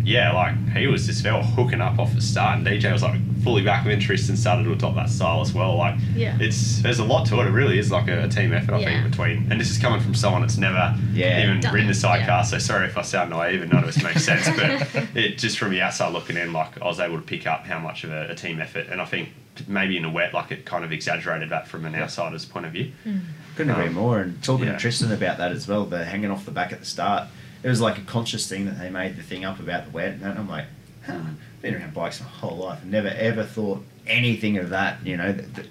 D: yeah, like he was just felt hooking up off the start, and DJ was like fully back of interest and started to adopt that style as well. Like,
C: Yeah.
D: it's there's a lot to it. It really is like a, team effort, I
C: Yeah.
D: think, between. And this is coming from someone that's never
B: Yeah.
D: even
C: Done
D: ridden a
C: it,
D: sidecar,
C: yeah.
D: so sorry if I sound naive and none of this makes sense, but it just from the outside looking in, like I was able to pick up how much of a, a team effort, and I think maybe in the wet, like it kind of exaggerated that from an outsider's point of view.
C: Hmm.
B: Couldn't agree
D: Um,
B: more. And talking
D: yeah.
B: to Tristan about that as well, the hanging off the back at the start. It was like a conscious thing that they made the thing up about the wet. And I'm like, huh, been around bikes my whole life and never ever thought anything of that. You know, that, that-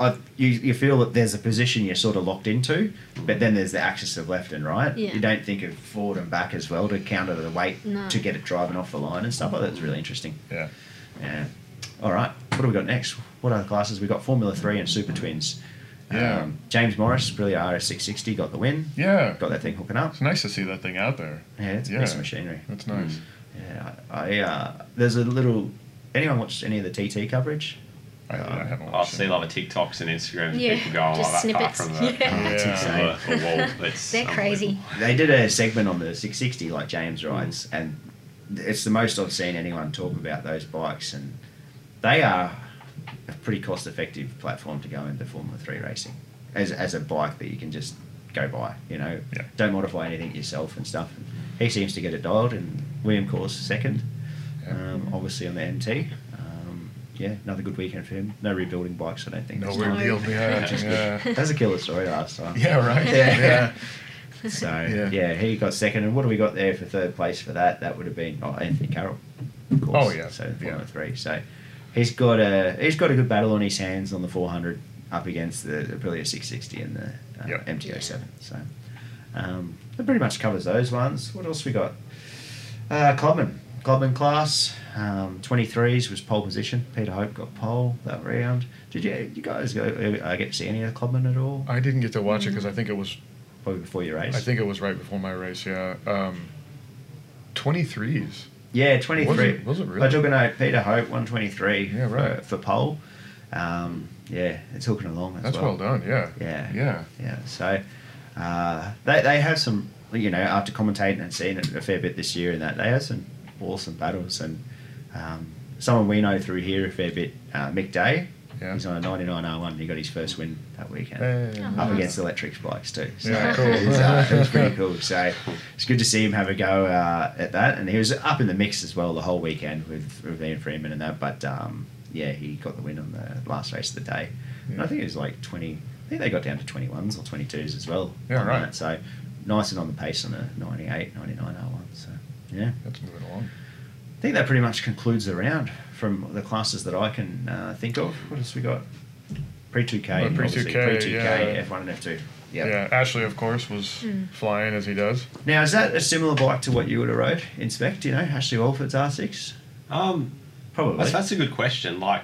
B: I, you, you feel that there's a position you're sort of locked into, but then there's the axis of left and right.
C: Yeah.
B: You don't think of forward and back as well to counter the weight
C: No.
B: to get it driving off the line and stuff like that. It's really interesting.
A: yeah.
B: Yeah. All right. What do we got next? What other classes? We got Formula Three and Super Twins. Um,
A: Yeah.
B: James Morris, brilliant RS660, got the win.
A: Yeah.
B: Got that thing hooking up.
A: It's nice to see that thing out there.
B: Yeah, it's a
A: Yeah.
B: piece of machinery.
A: That's nice.
B: Yeah. I, I uh, there's a little. Anyone watched any of the TT coverage?
A: I, I
B: Uh,
A: haven't
D: I
A: watched
D: see
A: it.
D: like the TikToks and Instagrams, of
C: Yeah,
D: people going
C: just
D: like that far
C: snippets.
D: from the,
C: Yeah.
D: um,
A: It's uh,
B: insane.
D: the, the wall. It's
C: They're crazy.
D: unbelievable.
B: They did a segment on the 660, like James rides, and it's the most I've seen anyone talk about those bikes, and they are a pretty cost-effective platform to go into Formula Three racing as as a bike that you can just go buy. You know,
A: Yeah.
B: don't modify anything yourself and stuff. And he seems to get it dialed, and William Coors second,
A: Yeah.
B: um, obviously on the MT. Um, yeah, another good weekend for him. No rebuilding bikes, I don't think.
A: No
B: this
A: weird
C: No.
A: deal behind.
B: Just-
A: Yeah.
B: time. That's a killer story last time.
A: Yeah. Right.
B: Yeah.
A: Yeah.
B: So
A: Yeah.
B: yeah. he got second, and what do we got there for third place for that? That would have been oh, Anthony Carroll. Of course.
A: Oh, yeah.
B: So one
A: Yeah.
B: three. So he's got a he's got a good battle on his hands on the 400 up against the Aprilia 660 and the uh,
A: Yep.
B: MTO7. So um, that pretty much covers those ones. What else we got? Uh, Clubman. Clubman class, um, 23s was pole position. Peter Hope got pole that round. Did you you guys go, uh, get to see any of the Clubman at all?
A: I didn't get to watch it because I think it was
B: Probably before your race.
A: I think it was right before my race. Yeah. Um, 23s.
B: Yeah, 23.
A: Was it- was it really?
B: I took a note. Peter Hope, 123
A: Yeah, right.
B: for, for pole. Um, yeah, it's hooking along as
A: That's well
B: well.
A: done. Yeah.
B: Yeah.
A: Yeah.
B: Yeah, so uh, they, they have some, you know, after commentating and seeing it a fair bit this year and that, they have some awesome battles. And um, someone we know through here a fair bit, uh, Mick Day,
A: Yeah.
B: he's on a 9901 and he got his first win that weekend
A: Hey.
C: Oh,
B: up
C: nice.
B: against electric bikes too. So
A: Yeah, cool.
B: it, was, uh, it was pretty cool. So it's good to see him have a go uh, at that, and he was up in the mix as well the whole weekend with Ravine Freeman and that. But um, yeah, he got the win on the last race of the day. And
A: Yeah.
B: I think it was like 20, I think they got down to 21s or 22s as well.
A: Yeah,
B: on
A: right.
B: that. So nice and on the pace on a 98, 99 R1. So, yeah.
A: That's moving along.
B: I think that pretty much concludes the round from the classes that I can uh, think of. What else we got? Pre 2K.
A: Oh, pre-
B: obviously,
A: 2K,
B: Pre 2K,
A: yeah.
B: F1 and F2.
A: Yeah.
B: Yeah.
A: Ashley, of course, was flying as he does.
B: Now, is that a similar bike to what you would have rode in spec? Do you know? Ashley Walford's R6?
D: Um,
B: Probably.
D: That's, that's a good question. Like,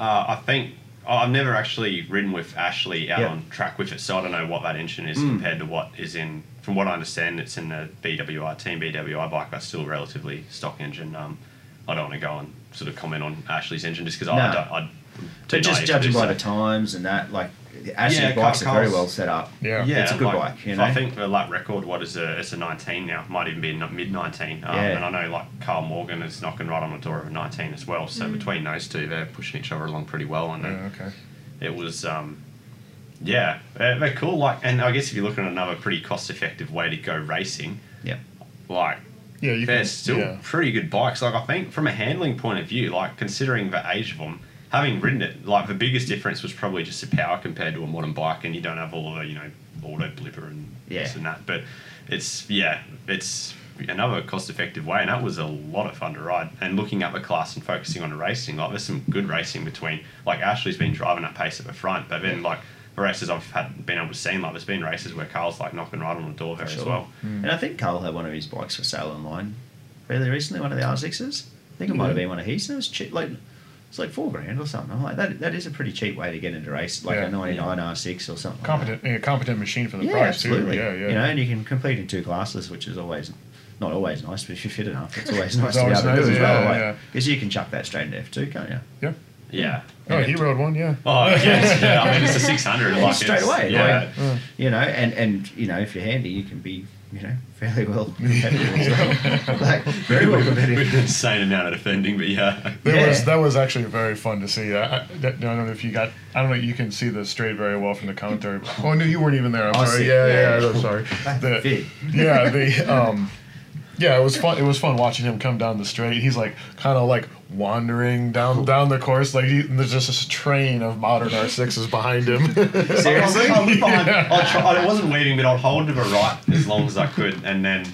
D: uh, I think oh, I've never actually ridden with Ashley out
B: Yeah.
D: on track with it, so I don't know what that engine is
B: Mm.
D: compared to what is in. From what I understand, it's in the BWI team BWI bike. That's still a relatively stock engine. Um, I don't want to go and sort of comment on Ashley's engine just because I
B: No.
D: don't. I'd be
B: But just
D: naive to
B: judging
D: do
B: by
D: so.
B: the times and that, like, Ashley
D: Yeah,
B: bikes are very
D: Carl's-
B: well set up.
A: Yeah.
D: Yeah,
B: It's a good
D: like,
B: bike, you know?
D: I think the lap record, what is a, it's a 19 now, might even be a mid 19. Um,
B: Yeah.
D: And I know like Carl Morgan is knocking right on the door of a 19 as well. So between those two, they're pushing each other along pretty well. And
A: Yeah, okay.
D: it was, um, yeah, they're, they're cool. Like, and I guess if you look at another pretty cost-effective way to go racing,
B: Yeah.
D: like
A: Yeah, you
D: they're
A: can.
D: still
A: yeah.
D: pretty good bikes. Like I think from a handling point of view, like considering the age of them, having ridden it, like the biggest difference was probably just the power compared to a modern bike, and you don't have all the you know auto blipper and this
B: Yeah.
D: and that. But it's yeah, it's another cost-effective way, and that was a lot of fun to ride. And looking at the class and focusing on the racing, like there's some good racing between. Like Ashley's been driving at pace at the front, but then like. The races I've had been able to see, like there's been races where Carl's like knocking right on the door there as
B: Sure.
D: well.
B: And I think Carl had one of his bikes for sale online fairly recently, one of the R6s. I think it might have been one of his. And it was cheap, like it's like four grand or something. I'm like that. That is a pretty cheap way to get into race, like
A: Yeah.
B: a 99 R6 or something.
A: Competent, yeah, competent machine for the
B: Like that. Yeah,
A: price
B: absolutely.
A: too. Yeah, yeah.
B: You know, and you can compete in two classes, which is always not always nice, but if you're fit enough, it's always nice to be
A: always
B: able to do
A: nice,
B: as
A: yeah,
B: well.
A: yeah.
B: Because you can chuck that straight into F2, can't you?
A: yeah.
D: Yeah,
A: Oh, he rode one. Yeah.
D: Oh yes, yeah. I mean, it's a six hundred. Like
B: straight
D: it's-
B: away.
D: Yeah.
B: Like, You know, and, and you know, if you're handy, you can be, you know, fairly well competitive as well. like very well
D: With
B: competitive.
D: an insane amount of defending, but yeah.
A: That
B: Yeah.
A: was that was actually very fun to see. I, I, that, I don't know if you got. I don't know. if You can see the straight very well from the commentary. Oh no, you weren't even there. I'm
B: I
A: sorry.
B: see.
A: Yeah,
B: Yeah,
A: yeah,
B: yeah.
A: I'm sorry. The-
B: Fit.
A: yeah, the um, yeah, it was fun. It was fun watching him come down the straight. He's like kind of like wandering down down the course. Like he, and there's just this train of modern R6s behind him.
B: Seriously?
D: I'll look behind- I'll try, I wasn't leading, but I'd hold to the right as long as I could, and then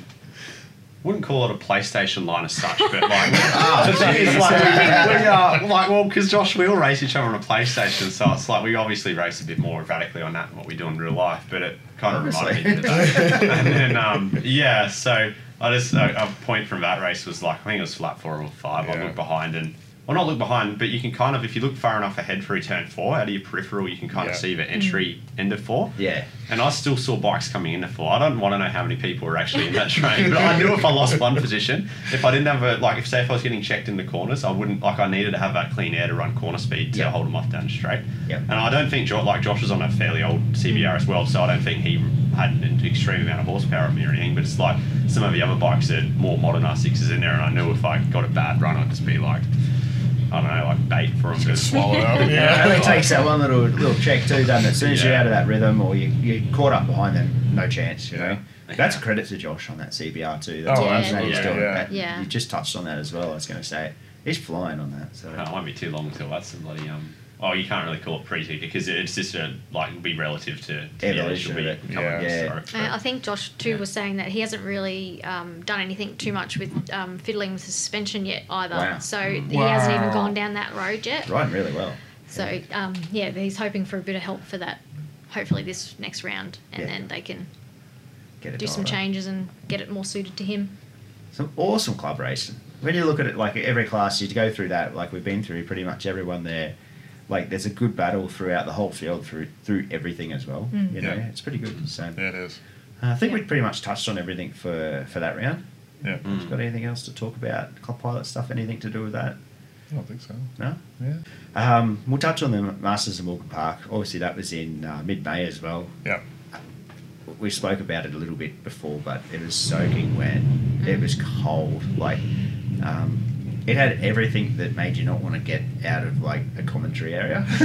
D: wouldn't call it a PlayStation line as such, but like
A: Ah,
D: the thing is, like, we, we are like well, because Josh, we all race each other on a PlayStation, so it's like we obviously race a bit more erratically on that than what we do in real life, but it kind of reminded me
B: Obviously.
D: of that. and then um, yeah, so I just a, a point from that race was like I think it was flat four or five. I
A: Yeah.
D: looked behind and. Well, not look behind, but you can kind of, if you look far enough ahead through turn four, out of your peripheral, you can kind
A: Yeah.
D: of see the entry into four.
B: Yeah.
D: And I still saw bikes coming in the floor. I don't want to know how many people were actually in that train, but I knew if I lost one position, if I didn't have a like, if say if I was getting checked in the corners, I wouldn't like I needed to have that clean air to run corner speed to
B: Yeah.
D: hold them off down the straight.
B: Yeah.
D: And I don't think Jo- like Josh was on a fairly old CBR as well, so I don't think he had an extreme amount of horsepower or anything. But it's like some of the other bikes are more modern R6s in there, and I knew if I got a bad run, I'd just be like, I don't know, like bait for him.
A: Get swallowed up.
B: It
A: Yeah.
B: only takes that one little little check too, doesn't it? As soon as you're
D: Yeah.
B: out of that rhythm or you, you're caught up behind them, no chance, you know?
D: Yeah.
B: That's a credit to Josh on that CBR too. That's
A: Oh,
B: what I'm
C: absolutely,
B: saying, he's doing.
A: yeah.
B: That-
C: Yeah.
B: You just touched on that as well, I was going to say. He's flying on that. So.
D: Uh, it won't be too long until that's a bloody um. Oh, you can't really call it pre-seed because it's just a like it'll be relative to, to the others
B: Evolution
D: you'll be
B: of it.
D: becoming
A: Yeah.
D: this
B: Yeah.
D: sort of-
C: Uh, I I think Josh too
D: Yeah.
C: was saying that he hasn't really um, done anything too much with um, fiddling with suspension yet either.
B: Wow.
C: So he hasn't even
A: Wow.
C: gone down that road yet.
B: Riding really well.
C: So um, yeah, he's hoping for a bit of help for that. Hopefully this next round, and
B: Yeah.
C: then they can
B: Get it
C: do some
B: dialed up.
C: changes and get it more suited to him.
B: some awesome club racing. When you look at it, like every class, you go through that. Like we've been through pretty much everyone there. Like there's a good battle throughout the whole field through through everything as well. You know,
A: Yeah.
B: it's pretty good. So
A: Yeah, it is.
B: I think
C: Mm. Yeah.
B: we pretty much touched on everything for for that round.
A: Yeah. I
B: Got anything else to talk about? Club pilot stuff? Anything to do with that?
A: don't think so.
B: No.
A: Yeah.
B: Um, we'll touch on the Masters of Morgan Park. Obviously, that was in uh, mid May as well.
A: Yeah.
B: we spoke about it a little bit before, but it was soaking wet. It was cold. Like, um, it had everything that made you not want to get out of like a commentary area.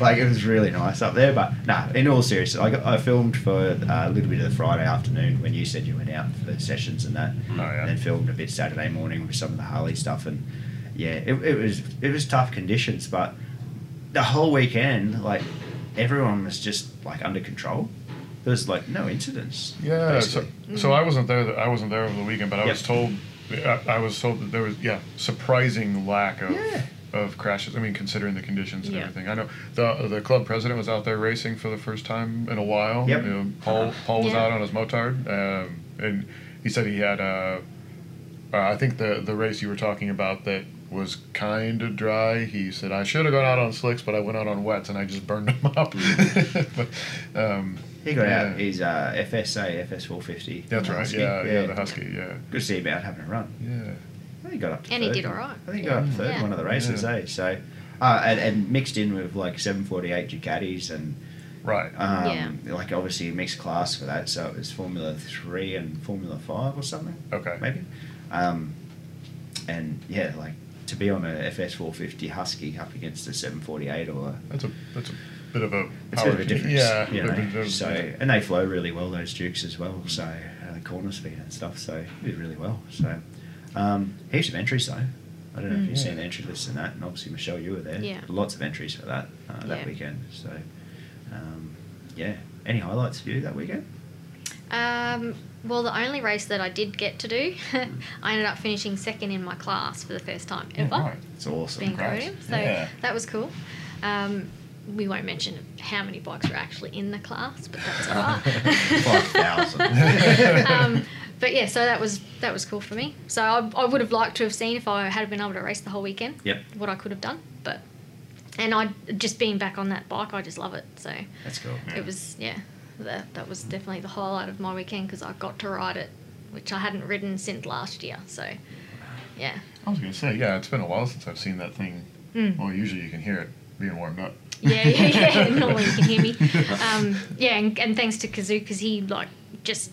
B: like it was really nice up there, but nah. In all seriousness, I, got, I filmed for uh, a little bit of the Friday afternoon when you said you went out for sessions and that,
A: Oh, yeah.
B: and then filmed a bit Saturday morning with some of the Harley stuff, and yeah, it, it was it was tough conditions, but the whole weekend, like everyone was just like under control. There was like no incidents.
A: Yeah. So,
B: basically.
A: so I wasn't there. I wasn't there over the weekend, but I
B: Yep.
A: was told. I, I was told that there was yeah surprising lack of
B: Yeah.
A: of crashes. I mean, considering the conditions and
C: Yeah.
A: everything. I know the the club president was out there racing for the first time in a while.
B: Yep.
A: You know, Paul Paul was
C: Yeah.
A: out on his motard, um, and he said he had. Uh, uh, I think the the race you were talking about that was kind of dry. He said I should have gone out on slicks, but I went out on wets and I just burned them up. but, um,
B: he got
A: yeah.
B: out his uh, FSA FS four fifty.
A: That's right. Yeah, yeah, the Husky. Yeah,
B: Good to see him out having a run.
A: yeah.
B: I think he got up to
C: And he
B: third.
C: did all right.
B: I think he got up to third
C: Yeah.
B: in one of the races,
A: Yeah.
B: eh? So, uh, and, and mixed in with like 748 Ducatis and
A: Right.
B: um, like obviously mixed class for that. So it was Formula 3 and Formula 5 or something,
A: Okay.
B: maybe. Um, and yeah, like to be on a FS450 Husky up against a 748 or a.
A: That's a that's a bit of a
B: It's
A: power
B: a bit of a difference.
A: Oh, Yeah.
B: you
A: bit of a
B: know?
A: difference.
B: so, and they flow really well, those Dukes as well. So, uh, the corner speed and stuff. So, they did really well. So, um, heaps of entries, though. I don't know if
C: Mm.
B: you've seen the entry lists and that. And obviously, Michelle, you were there.
C: Yeah.
B: Lots of entries for that uh, that
C: Yeah.
B: weekend. So, um, yeah. Any highlights for you that weekend?
C: Um, well, the only race that I did get to do, I ended up finishing second in my class for the first time
A: Yeah,
C: ever.
A: right.
B: It's awesome.
C: being
A: Congrats.
C: podium. So
A: Yeah.
C: that was cool. Um, we won't mention how many bikes were actually in the class, but that's all right.
B: 5,000.
C: um, but yeah, so that was that was cool for me. So I, I would have liked to have seen if I had been able to race the whole weekend.
B: Yep.
C: What I could have done, but and I just being back on that bike, I just love it. So
B: That's cool.
A: Yeah.
C: it was yeah, that that was definitely the highlight of my weekend because I got to ride it, which I hadn't ridden since last year. So yeah,
A: I was gonna say, yeah, it's been a while since I've seen that thing.
C: Mm.
A: Well, usually you can hear it being warmed up.
C: Yeah, yeah, yeah. Normally you can hear me. Um, yeah, and, and thanks to Kazoo because he like just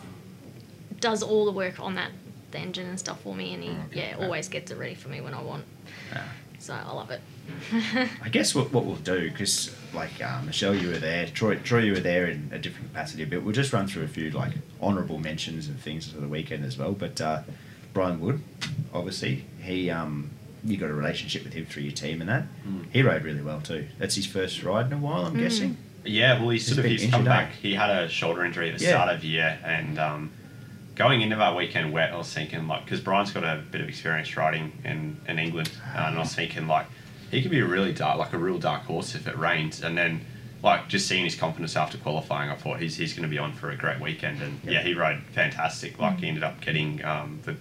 C: does all the work on that the engine and stuff for me, and he
B: Oh,
A: Okay.
C: yeah always gets it ready for me when I want.
B: Yeah.
C: So I love it.
B: I guess what, what we'll do, because like uh, Michelle, you were there, Troy, Troy, you were there in a different capacity, but we'll just run through a few like honourable mentions and things for the weekend as well. But uh, Brian Wood, obviously, he um, you got a relationship with him through your team and that. He rode really well too. That's his first ride in a while, I'm guessing.
D: Yeah, well, he's
B: He's
D: sort of
B: been
D: he's come
B: injured,
D: back.
B: eh?
D: He had a shoulder injury at the
B: Yeah.
D: start of the year, and um, going into that weekend wet, I was thinking like, because Brian's got a bit of experience riding in in England, uh, and I was thinking like, he could be a really dark, like a real dark horse if it rains, and then. Like just seeing his confidence after qualifying, I thought he's, he's going to be on for a great weekend, and yeah, he rode fantastic.
B: Mm.
D: Like he ended up getting um, the,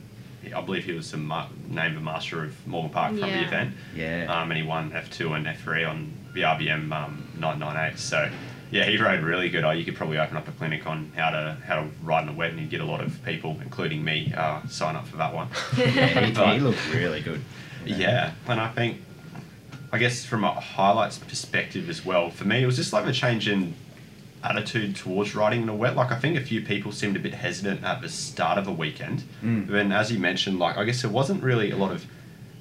D: I believe he was the ma- named the master of Morgan Park from the
C: Yeah.
D: event,
B: Yeah.
D: um, and he won F2 and F3 on the RBM um, 998. So, yeah, he rode really good. Oh, you could probably open up a clinic on how to how to ride in a wet, and you'd get a lot of people, including me, uh, sign up for that one.
B: yeah, he, he
D: But-
B: looked really good.
D: yeah, and I think, I guess from a highlights perspective as well, for me, it was just like the change in attitude towards riding in a wet. Like, I think a few people seemed a bit hesitant at the start of a weekend.
B: Mm.
D: Then, as you mentioned, like, I guess there wasn't really a lot of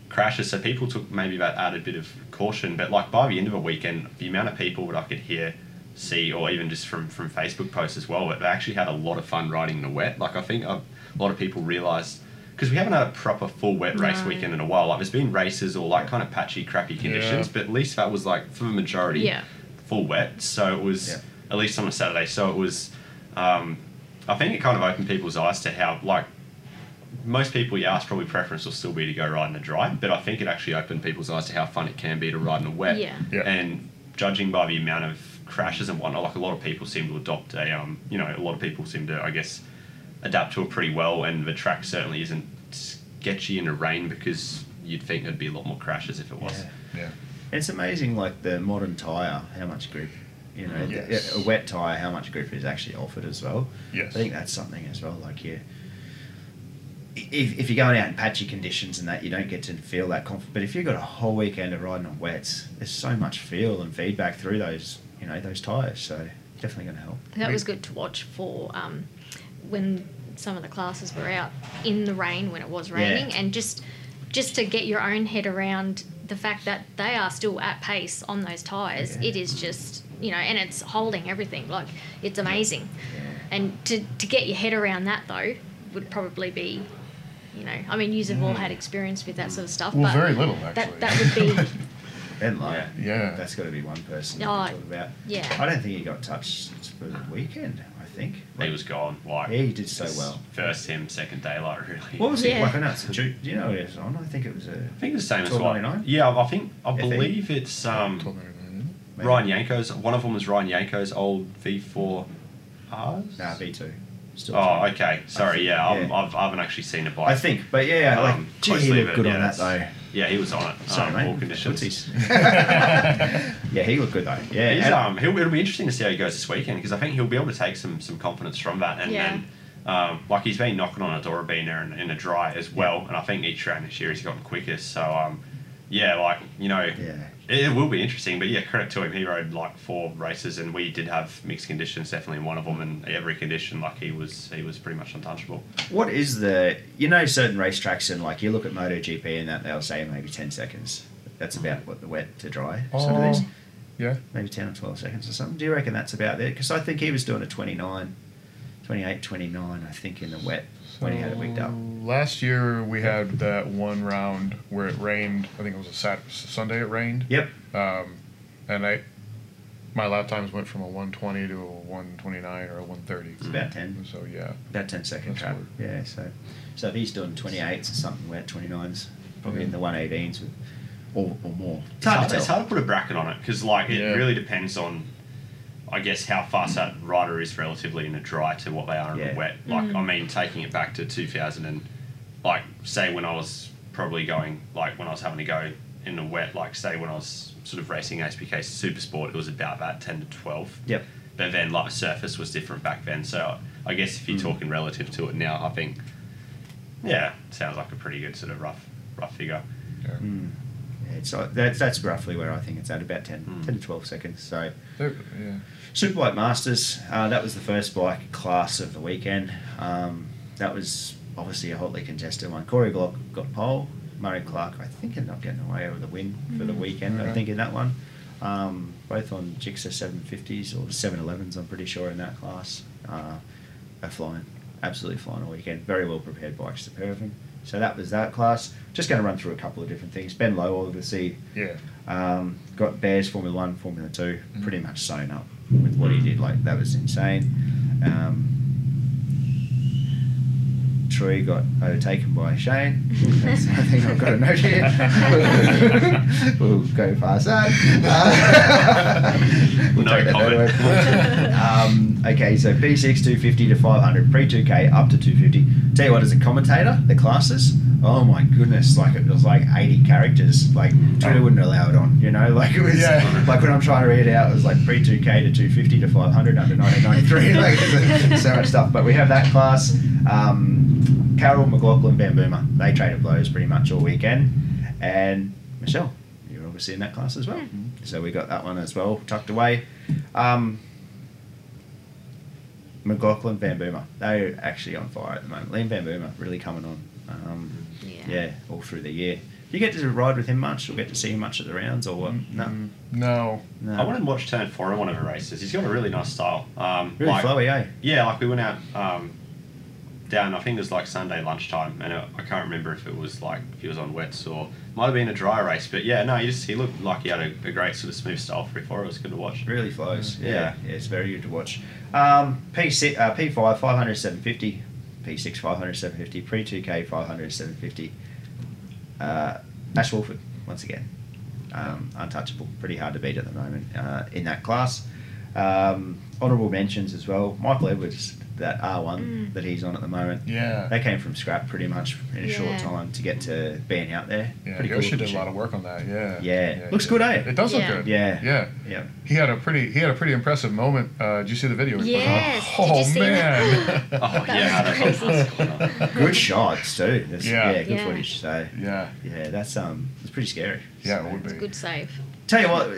D: crashes, so people took maybe that added bit of caution. But, like, by the end of a weekend, the amount of people that I could hear, see, or even just from, from Facebook posts as well, that they actually had a lot of fun riding in the wet. Like, I think a, a lot of people realised. Because we haven't had a proper full wet race
C: No.
D: weekend in a while. Like there's been races or like kind of patchy, crappy conditions,
A: Yeah.
D: but at least that was like for the majority
C: Yeah.
D: full wet. So it was
B: Yeah.
D: at least on a Saturday. So it was, um, I think it kind of opened people's eyes to how like most people you ask probably preference will still be to go ride in the dry, but I think it actually opened people's eyes to how fun it can be to ride in the wet.
C: Yeah.
A: Yeah.
D: And judging by the amount of crashes and whatnot, like a lot of people seem to adopt a um, you know, a lot of people seem to I guess adapt to it pretty well, and the track certainly isn't sketchy in the rain because you'd think there'd be a lot more crashes if it was.
B: Yeah.
A: Yeah.
B: It's amazing, like the modern tyre, how much grip, you know, the-
A: Yes.
B: a wet tyre, how much grip is actually offered as well.
A: Yes.
B: I think that's something as well. Like you, if, if you're going out in patchy conditions and that, you don't get to feel that confident. But if you've got a whole weekend of riding on wets, there's so much feel and feedback through those, you know, those tyres. So definitely going to help.
C: That was good to watch for um, when some of the classes were out in the rain when it was
B: Yeah.
C: raining, and just just to get your own head around the fact that they are still at pace on those tires.
B: Yeah.
C: It is just you know, and it's holding everything like it's amazing.
B: Yeah.
C: And to to get your head around that though would probably be you know, I mean, you've all had experience with that sort of stuff.
A: Mm. Well,
C: but
A: very little actually.
C: That, that would be,
B: Ben Lowe.
A: yeah.
B: That's got to be one person
C: Oh,
B: that we talk about. I
C: yeah.
B: don't think he got touched for the weekend, I think.
D: He was gone. Like
B: Yeah, he did so
D: s-
B: well.
D: First him, second daylight. Really.
B: What was it?
C: Yeah.
B: Like, I know it's a Ju- Do you know what it was on? I think it was a.
D: I think it's the same as
B: Twelve
D: what.
B: ninety nine? E?
D: Yeah, I think I
B: FE?
D: believe it's um,
B: maybe-
D: Ryan Yanko's. One of them was Ryan Yanko's old V four R's.
B: Nah, V2. Still
D: Oh,
B: Tony.
D: okay.
B: I
D: Sorry.
B: think-
D: Yeah, I'm,
B: yeah.
D: I've, I haven't actually seen it. By
B: I think, but yeah, like,
D: Um,
B: Oh, gee, he
D: closely,
B: looked
D: but
B: good
D: yeah,
B: on that though.
D: that's- Yeah, he was on it.
B: Sorry,
D: um,
B: mate.
D: All conditions.
B: Footies. yeah, he looked good though. Yeah,
D: He's,
B: and-
D: um, he'll, it'll be interesting to see how he goes this weekend because I think he'll be able to take some some confidence from that. And
C: Yeah.
D: then, um, like he's been knocking on a door of being there in, in a dry as well. And I think each round this year he's gotten quickest. So, um, yeah, like, you know,
B: yeah.
D: it, it will be interesting. But yeah, credit to him. He rode like four races and we did have mixed conditions definitely in one of them. And every condition, like, he was he was pretty much untouchable.
B: What is the you know certain racetracks and like you look at MotoGP and that they'll say maybe ten seconds. That's about what the wet to dry sort of
A: Oh,
B: things.
A: yeah.
B: Maybe ten or twelve seconds or something. Do you reckon that's about it? Because I think he was doing a 29, 28, 29, I think in the wet when he had it wigged up.
A: Last year we had that one round where it rained. I think it was a Saturday, Sunday. It rained,
B: Yep.
A: um, and I my lap times went from a 120 to a 129 or a 130.
B: It's about ten.
A: So yeah,
B: About ten second
A: That's
B: trap.
A: what-
B: Yeah, so so if he's doing twenty eights or something wet, twenty nines, probably in the one eighteens with or, or more.
D: It's hard, to, it's hard to put a bracket on it because, like, it
A: Yeah.
D: really depends on, I guess, how fast that rider is relatively in a dry to what they are in
B: Yeah.
D: a wet. Like, I mean, taking it back to 2000 and, like, say when I was probably going, like, when I was having to go in the wet, like, say when I was sort of racing HPK Super Sport, it was about that 10 to 12.
B: Yep.
D: But then, like, surface was different back then. So I guess if you're talking relative to it now, I think, yeah, sounds like a pretty good sort of rough, rough figure.
A: yeah.
B: Hmm. Yeah, it's uh, that's that's roughly where I think it's at about 10,
D: Mm.
B: 10 to twelve seconds. So
A: There- yeah.
B: Superbike Masters, uh, that was the first bike class of the weekend. Um, that was obviously a hotly contested one. Corey Glock got pole. Murray Clark, I think, ended up getting away with a win for the weekend. I
A: Alright.
B: think in that one, um, both on Gixxer seven fifties or seven elevens. I'm pretty sure in that class, uh, are flying, absolutely flying all weekend. Very well prepared bikes to Pervin. So that was that class. Just going to run through a couple of different things. Ben Lowe, obviously,
A: Yeah.
B: um, got Bears Formula One, Formula Two,
D: Mm.
B: pretty much sewn up with what he did. Like that was insane. Um, Troy got overtaken by Shane. That's- I think I've got a note here. we'll go past that. Uh,
D: No
B: take that note
D: comment.
B: away. um, okay, so P6 250 to 500, pre 2K up to 250. Tell you what, as a commentator, the classes. Oh my goodness! Like it was like eighty characters. Like Twitter wouldn't allow it on. You know, like it was
A: Yeah.
B: like when I'm trying to read it out, it was like pre two K to two fifty to five hundred under nineteen ninety three. like it's so much stuff. But we have that class. Um, Carol McLaughlin, Van Boomer. They traded blows pretty much all weekend. And Michelle, you're obviously in that class as well. So we got that one as well tucked away. Um, McLaughlin, Van Boomer. They're actually on fire at the moment. Liam Van Boomer really coming on. Um,
C: Yeah.
B: yeah, all through the year. Do you get to ride with him much or get to see him much at the rounds or what? No.
A: No.
B: no.
D: Mm-hmm. I went and watched Turn Four in one of her races. He's got a really nice style. Um,
B: Really
D: like-
B: flowy, eh?
D: Yeah, like we went out um, down. I think it was like Sunday lunchtime, and it, I can't remember if it was like if he was on wets or might have been a dry race. But yeah, no, he just he looked like he had a, a great sort of smooth style for before. It was good to watch.
B: Really flows.
A: Mm.
B: Yeah.
D: Yeah.
B: yeah, it's very good to watch. Um, P6, uh, P5, 500, 750. P6, 500, 750. Pre 2K, 500, 750. Uh, Ash Wolford, once again. Um, untouchable. Pretty hard to beat at the moment uh, in that class. Um, honorable mentions as well. Michael Edwards, that R1 that he's on at the moment.
A: Yeah.
B: They came from scrap pretty much in a short
C: Yeah.
B: time to get to being out there.
A: Yeah,
B: pretty
A: Yoshi
B: cool
A: did a
B: shit.
A: lot of work on that. Yeah.
B: Yeah. Looks good, eh?
A: It does
C: Yeah.
A: look good.
B: Yeah.
A: Yeah.
B: Yeah.
A: He had a pretty he had a pretty impressive moment. Uh, did you see the video? he posted?
C: Yes, did you
A: Oh
C: see
A: man.
D: Oh yeah,
C: That
D: that's
C: was
B: Good shots, too. That's-
A: Yeah.
B: yeah, good
C: Yeah.
B: footage. So.
A: yeah.
B: Yeah, that's um, it's pretty scary.
A: Yeah,
B: So-
A: it would be.
C: Good save.
B: Tell you what,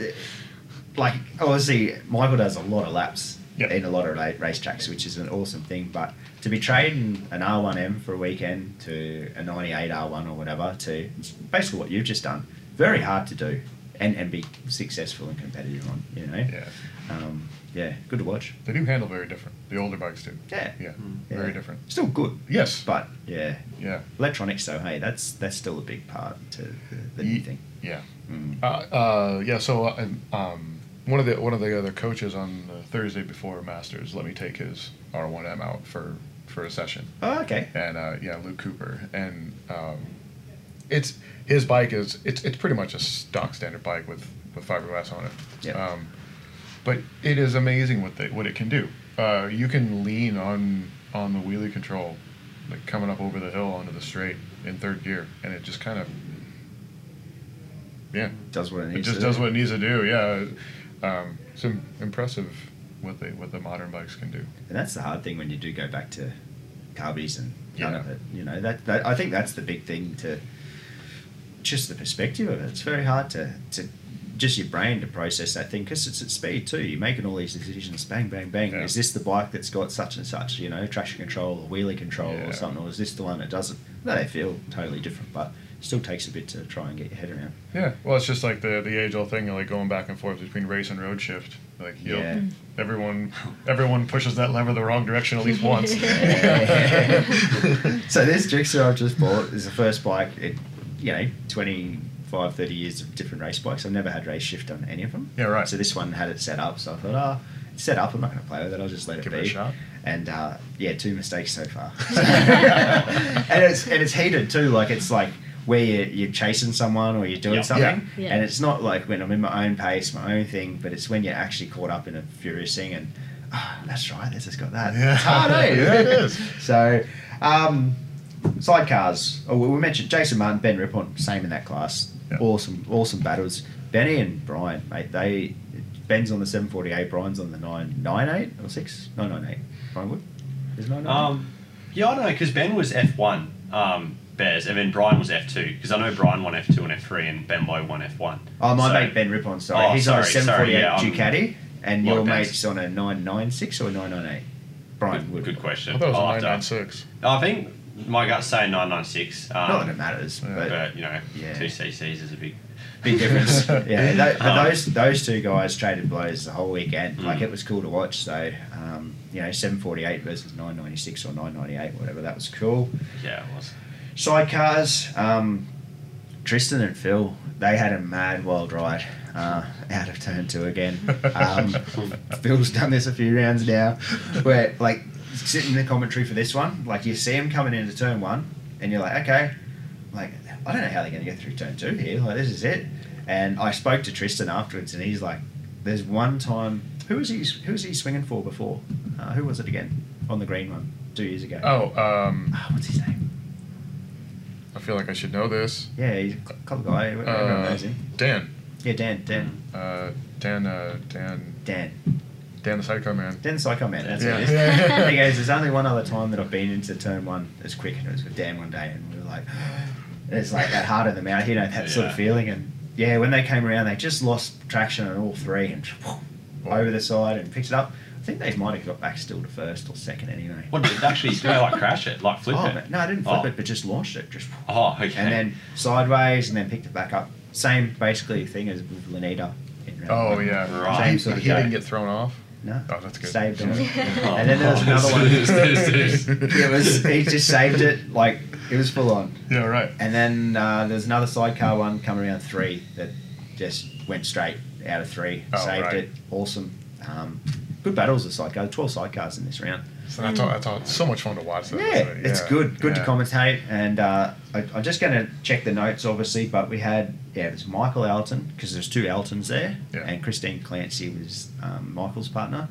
B: like obviously Michael does a lot of laps
A: Yep.
B: in a lot of ra- racetracks, which is an awesome thing. But to be trading an R1M for a weekend to a 98 R1 or whatever to it's basically what you've just done, very hard to do. and, and be successful and competitive on, you know?
A: Yeah.
B: Um, yeah, good to watch.
A: They do handle very different. The older bikes do.
B: Yeah. Mm.
A: Yeah.
B: Yeah.
A: Very different.
B: Still good,
A: Yes.
B: but yeah,
A: Yeah.
B: electronics though. Hey, that's that's still a big part to the, the new
A: Ye-
B: thing.
A: Yeah.
B: Mm.
A: Uh, uh, yeah. So uh, um, one of the one of the other coaches on the Thursday before Masters let me take his R1M out for for a session,
B: Oh, okay.
A: and uh, yeah, Luke Cooper, and um, it's his bike is it's it's pretty much a stock standard bike with with fiberglass on it.
B: Yeah.
A: Um, but it is amazing what they, what it can do. Uh, you can lean on on the wheelie control, like coming up over the hill onto the straight in third gear, and it just kind of yeah,
B: Does what it needs.
A: it just
B: to
A: does
B: do.
A: what it needs to do. Yeah, um, it's im- impressive what they what the modern bikes can do.
B: And that's the hard thing when you do go back to carbies and none
A: Yeah.
B: of it. You know that, that I think that's the big thing to just the perspective of it. It's very hard to to just your brain to process that thing because it's at speed too. You're making all these decisions, bang, bang, bang.
A: Yeah.
B: Is this the bike that's got such and such, you know, traction control or wheelie control
A: Yeah.
B: or something, or is this the one that doesn't? No, they feel totally different, but still takes a bit to try and get your head around.
A: Yeah, well, it's just like the the age old thing, like going back and forth between race and road shift. Like, you
B: Yeah.
A: know, everyone everyone pushes that lever the wrong direction at least once.
B: so this Gixxer I've just bought is the first bike, it, you know, 25, 30 years of different race bikes. I've never had race shift on any of them.
A: Yeah, right.
B: So this one had it set up, so I thought, ah, it's set up, I'm not going to play with it, I'll just let it
A: Give
B: be.
A: it a shot.
B: And uh, yeah, two mistakes so far. and it's and it's heated too, like it's like where you're, you're chasing someone or you're doing
D: Yeah.
B: something,
C: Yeah. Yeah.
B: and it's not like when I'm in my own pace, my own thing, but it's when you're actually caught up in a furious thing and, ah, that's right, this has got that.
A: Yeah.
B: It's hard, eh?
A: Yeah, it is.
B: So, um, sidecars. Oh, we we mentioned Jason Martin, Ben Rippon, same in that class.
A: Yeah.
B: Awesome, awesome battles. Benny and Brian, mate. They Ben's on the seven forty eight, Brian's on the nine nine eight or six nine nine eight. Brian Wood. Is nine nine.
D: Um, yeah, I don't know because Ben was F one um, Bears, and then Brian was F two because I know Brian won F two and F three, and Ben Lowe won F one.
B: oh, my mate Ben Rippon. Sorry,
D: Oh,
B: he's on a
D: sorry,
B: seven
D: sorry,
B: forty eight
D: yeah, I'm-
B: Ducati, and
D: Lot
B: your
D: of Bens.
B: mate's on a nine nine six or nine nine eight. Brian
D: Good,
B: Wood.
D: good question.
A: I thought it was
D: I'll
A: a
D: have to-
A: 996.
D: I think my gut's saying nine nine six.
B: Not that it
D: Um,
B: matters,
A: Yeah.
B: but
D: but you know,
B: Yeah.
D: two CCs is a big.
B: big difference. yeah, tho- but
D: Um,
B: those those two guys traded blows the whole weekend. Like
D: Mm.
B: it was cool to watch. So um, you know, seven forty eight versus nine ninety six or nine ninety eight, whatever. That was cool.
D: Yeah, it was.
B: Sidecars. Um, Tristan and Phil, they had a mad wild ride uh, out of turn two again. Um, Phil's done this a few rounds now, where like sitting in the commentary for this one, like you see him coming into turn one, and you're like, okay, like I don't know how they're going to get through turn two here. Like this is it. And I spoke to Tristan afterwards, and he's like, "There's one time. Who was he? Who was he swinging for before? Uh, who was it again? On the green one, two years ago.
A: Oh, um,
B: Ah, what's his name?
A: I feel like I should know this.
B: Yeah, he's a cop guy. Everyone
A: Uh,
D: Oh.
B: knows him.
A: Dan.
B: Yeah, Dan, Dan,
A: Uh, Dan, uh, Dan,
B: Dan,
A: Dan the Sidecar Man.
B: Dan Psycho Man. That's
A: Yeah.
B: what it is. he goes, "There's only one other time that I've been into turn one as quick, and it was with Dan one day, and we were like, it's like that heart in the mouth, you know, that sort of
D: Yeah.
B: feeling." And yeah, when they came around, they just lost traction on all three and over the side and picked it up. I think they might have got back still to first or second anyway.
D: What did it actually? did I like crash it? Like flip
B: oh,
D: it?
B: man, no, I didn't flip
D: Oh.
B: it, but just launched it, just
D: Oh, okay.
B: and then sideways, and then picked it back up. Same basically thing as with Lanita. in round
A: Oh,
B: one.
A: yeah.
D: Right.
A: He,
B: Same sort of
A: he
B: guy.
A: didn't get thrown off.
B: No.
A: Oh, that's good.
B: Saved him.
D: Oh,
B: and then there was another
D: this
B: one.
D: is- this is-
B: It was he just saved it like it was full on.
A: Yeah, right.
B: And then uh, there was another sidecar one coming around three that just went straight out of three,
A: Oh,
B: saved
A: right.
B: it. Awesome. Um, good battles of sidecar. Twelve sidecars in this round.
A: So that's all, that's all, it's so much fun to watch. That,
B: Yeah,
A: so,
B: it's good. Good
A: yeah.
B: to commentate. And uh, I, I'm just going to check the notes, obviously. But we had yeah, it was Michael Elton because there's two Eltons there,
A: Yeah.
B: and Christine Clancy was um, Michael's partner,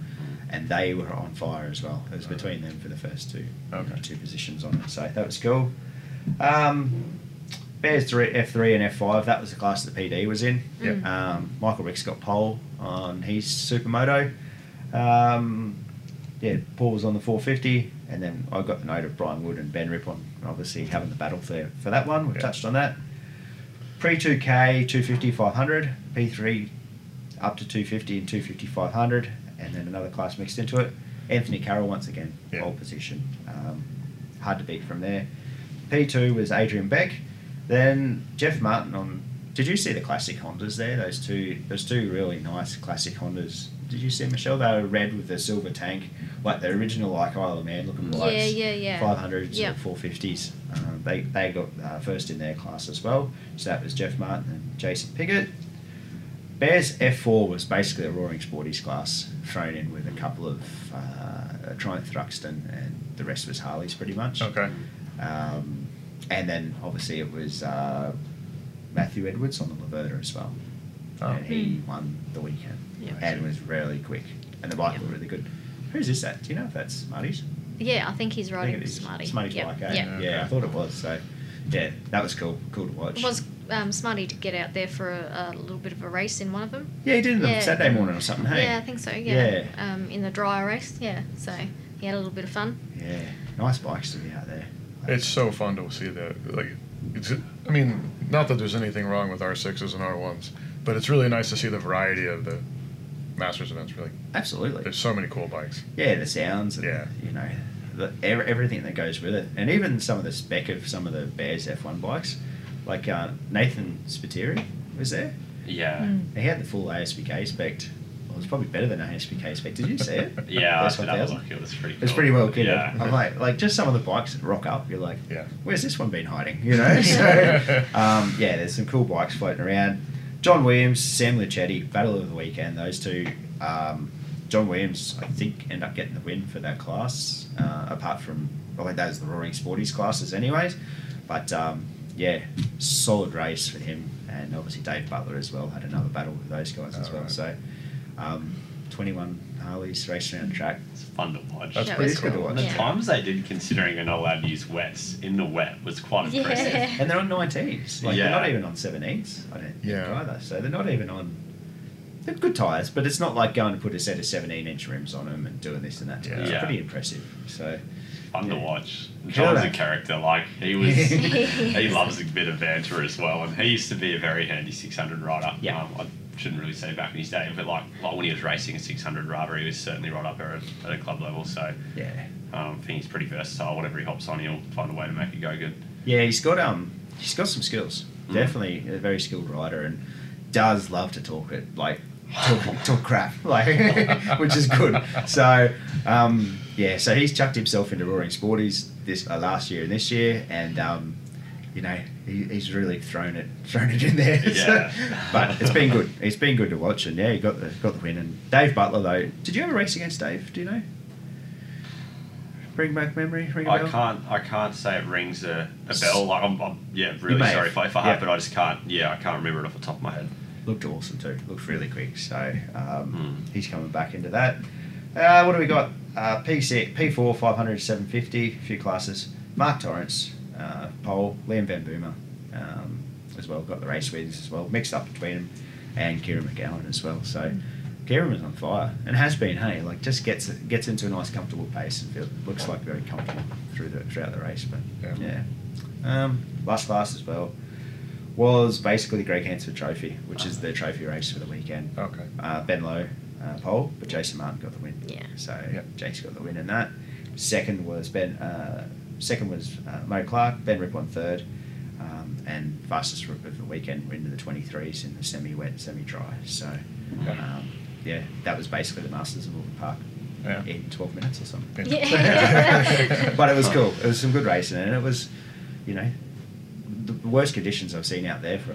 B: and they were on fire as well. It was between them for the first two
A: Okay.
B: two positions on it. So that was cool. Um, Bears three F three and F five. That was the class that PD was in.
A: Yep.
B: Um, Michael Ricks got pole on his supermoto. Um, yeah, Paul was on the 450, and then I got the note of Brian Wood and Ben Rippon, obviously having the battle there for that one. We've
A: Yeah.
B: touched on that. Pre 2K, 250, 500, P3 up to 250 and 250, 500, and then another class mixed into it. Anthony Carroll, once again,
A: Yeah.
B: pole position. Um, hard to beat from there. P2 was Adrian Beck. Then Jeff Martin on Did you see the classic Hondas there? Those two, those two really nice classic Hondas. Did you see Michelle? They were red with the silver tank, like the original like Isle of Man looking lights.
C: Yeah, yeah, yeah.
B: 500s
C: Yeah.
B: and 450s. Um, they, they got uh, first in their class as well. So that was Jeff Martin and Jason Piggott. Bears F4 was basically a Roaring Sporties class thrown in with a couple of uh, Triumph Thruxton and the rest was Harleys pretty much.
A: Okay.
B: Um, and then obviously it was uh, Matthew Edwards on the Laverta as well.
A: Oh.
B: And he
C: Hmm.
B: won the weekend
C: Yeah.
B: and was really quick. And the bike
C: Yeah.
B: looked really good. Who's this at? Do you know if that's Marty's?
C: Yeah, I think
B: I
C: he's
B: think
C: riding
B: it is
C: Smarty.
B: Smarty's
C: Yep,
B: bike, eh?
C: yep.
A: Yeah.
B: Yeah, I thought it was. So, yeah, that was cool. Cool to watch.
C: It was um, Smarty to get out there for a, a little bit of a race in one of them.
B: Yeah, he did it on
C: Yeah.
B: Saturday morning or something, hey?
C: Yeah, I think so. Yeah.
B: Yeah.
C: Um, in the dry race. Yeah. So he had a little bit of fun.
B: Yeah, nice bikes to be out there.
A: It's so fun to see that. Like, it's. I mean, not that there's anything wrong with R sixes and R ones, but it's really nice to see the variety of the masters events. Really,
B: Absolutely.
A: there's so many cool bikes.
B: Yeah, the sounds and,
A: Yeah.
B: you know, the, ev- everything that goes with it. And even some of the spec of some of the Bears F1 bikes. Like uh, Nathan Spiteri was there.
D: Yeah.
C: Mm.
B: He had the full ASPK spec. Well, it was probably better than ASPK spec. Did you see it?
D: Yeah,
B: Best
D: that's another
B: 1000?
D: look. It was pretty. Cool.
B: It's pretty well kitted.
D: Yeah.
B: I'm like, like just some of the bikes that rock up. You're like,
A: Yeah.
B: where's this one been hiding? You know. so, um, yeah, there's some cool bikes floating around. John Williams, Sam Lucetti, battle of the weekend. Those two. Um, John Williams, I think, ended up getting the win for that class. Uh, apart from, well, that was the Roaring Sporties classes, anyways. But um, yeah, solid race for him, and obviously Dave Butler as well had another battle with those guys as well.
A: Alright.
B: So, um, 21 Harleys racing around the track.
D: It's fun to watch.
A: That's
C: That
A: pretty
C: was
A: cool.
B: good to watch.
D: And the
C: Yeah.
D: times they did, considering they're not allowed to use wets in the wet, was quite impressive.
C: Yeah.
B: and they're on 19s. Like
D: Yeah.
B: they're not even on 17s. I don't think
A: Yeah.
B: either. So they're not even on. They're good tyres, but it's not like going to put a set of 17 inch rims on them and doing this and that.
A: Yeah.
B: It's
D: Yeah.
B: pretty impressive. So
D: Fun to
B: Yeah.
D: watch.
B: Sure.
D: John's a character. Like he was, he loves a bit of banter as well, and he used to be a very handy 600 rider.
B: Yeah.
D: Um, I shouldn't really say back in his day, but like, like when he was racing a 600 rider, he was certainly right up there at, at a club level. So
B: yeah,
D: um, I think he's pretty versatile. Whatever he hops on, he'll find a way to make it go good.
B: yeah, he's got um, he's got some skills.
D: Mm.
B: Definitely a very skilled rider and does love to talk it like talk, talk crap, like which is good. So um, yeah, so he's chucked himself into Roaring Sporties this uh, last year and this year, and um, you know he, he's really thrown it thrown it in there. So-
D: Yeah.
B: but it's been good. It's been good to watch, and yeah, he got the got the win. And Dave Butler though, did you ever race against Dave? Do you know? Bring back memory. Ring a
D: I
B: bell?
D: can't. I can't say it rings a, a bell. Like I'm, I'm yeah, really
B: may
D: sorry
B: have.
D: if I, if I have,
B: Yeah.
D: but I just can't. Yeah, I can't remember it off the top of my head.
B: looked awesome too. Looked really quick. So um,
D: Hmm.
B: he's coming back into that. Uh, what do we got? Uh, P6, P4, 500, 750, a few classes. Mark Torrance, uh, pole. Liam Van Boomer um, as well. Got the race wins as well. Mixed up between them. And Kieran McGowan as well. So Kieran was on fire and has been. Hey, like just gets gets into a nice comfortable pace and feel, looks like very comfortable through the throughout the race. But
A: Yeah.
B: yeah. Um, last class as well was basically Greg Hansford Trophy, which is the trophy race for the weekend.
A: Okay.
B: Uh, ben Lowe uh, pole, but Jason Martin got the win.
C: Yeah.
B: So
A: Yep.
B: Jake's got the win in that. Second was Ben. Uh, second was uh, Mo Clark. Ben Ripon third, um, and fastest rip of the weekend were into the 23s in the semi-wet, semi-dry. So
A: Yeah.
B: um, yeah, that was basically the Masters of Auckland Park
A: Yeah.
B: in 12 minutes or something
C: Yeah.
B: but it
A: Uh,
B: was cool. It was some good racing, and it was, you know, the worst conditions I've seen out there for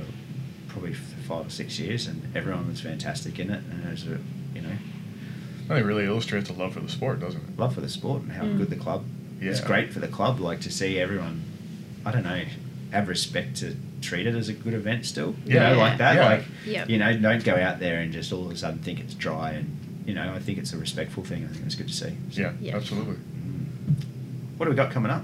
B: probably f- five or six years, and everyone was fantastic in it, and it was a, you know,
A: I think it really illustrates a love for the sport, doesn't it?
B: love for the sport and how
C: Mm.
B: good the club. It's
A: Yeah.
B: great for the club, like to see everyone. I don't know, have respect to treat it as a good event still. You
A: Yeah.
B: know, like that,
A: Yeah.
B: like
C: Yep.
B: you know, don't go out there and just all of a sudden think it's dry and. You know, I think it's a respectful thing. I think it was good to see. So,
A: Yeah,
C: Yeah.
A: absolutely.
B: What do we got coming up?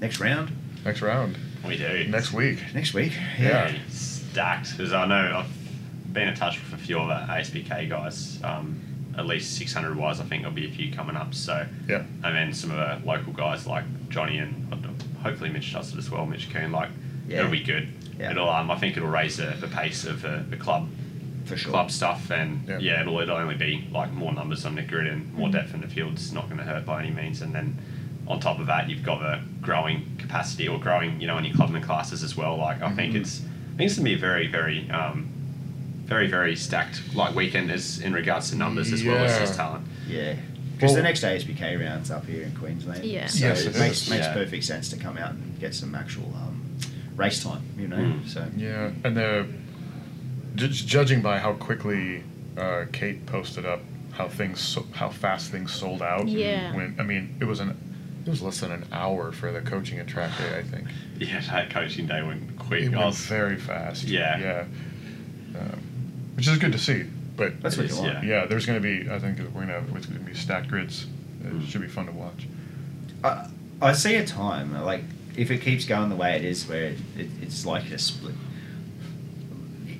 B: Next round?
A: Next round,
D: We do
A: next week.
B: Next week?
A: Yeah.
D: Yeah, stacked. Because I know I've been in touch with a few of the ASPK guys. Um, at least 600 wise, I think there'll be a few coming up. So,
A: Yeah.
D: and then some of the local guys like Johnny and uh, hopefully Mitch does it as well. Mitch Coon, like
B: Yeah.
D: it'll be good.
B: Yeah.
D: It'll um, I think it'll raise the, the pace of the, the club
B: For sure.
D: club stuff, and
A: Yeah. Mm-hmm.
D: yeah. it'll it'll only be like more numbers on the grid and more depth in the field. It's not going to hurt by any means, and then. On top
A: Mm-hmm.
D: of that, you've got the growing capacity or growing, you know, in your clubman classes as well. Like I think it's I think it's gonna be a very, very, um, very, very stacked like weekend as in regards to numbers as well as
A: Yeah.
D: just talent.
B: Yeah. Because
A: Well-
B: the next ASBK round's up here in Queensland.
C: Yeah.
B: So
A: Yes,
B: it
A: it
B: makes,
A: is.
B: makes
D: Yeah.
B: perfect sense to come out and get some actual um, race time, you know?
D: Mm.
B: So,
A: Yeah, and the ju- judging by how quickly uh, Kate posted up how things so, how fast things sold out.
C: Yeah.
A: When I mean it was an it was less than an hour for the coaching and track day. I think
D: Yeah, that coaching day went quick. Oh,
A: it
D: I
A: went
D: was,
A: very fast.
D: Yeah.
A: Yeah. Um, which is good to see, but
B: That's what you
D: it's-
B: want.
D: yeah.
A: yeah, there's going to be I think we're going to have it's going to be stacked grids. It
D: Mm.
A: should be fun to watch.
B: I, I see a time, like, if it keeps going the way it is, where it, it, it's like a split.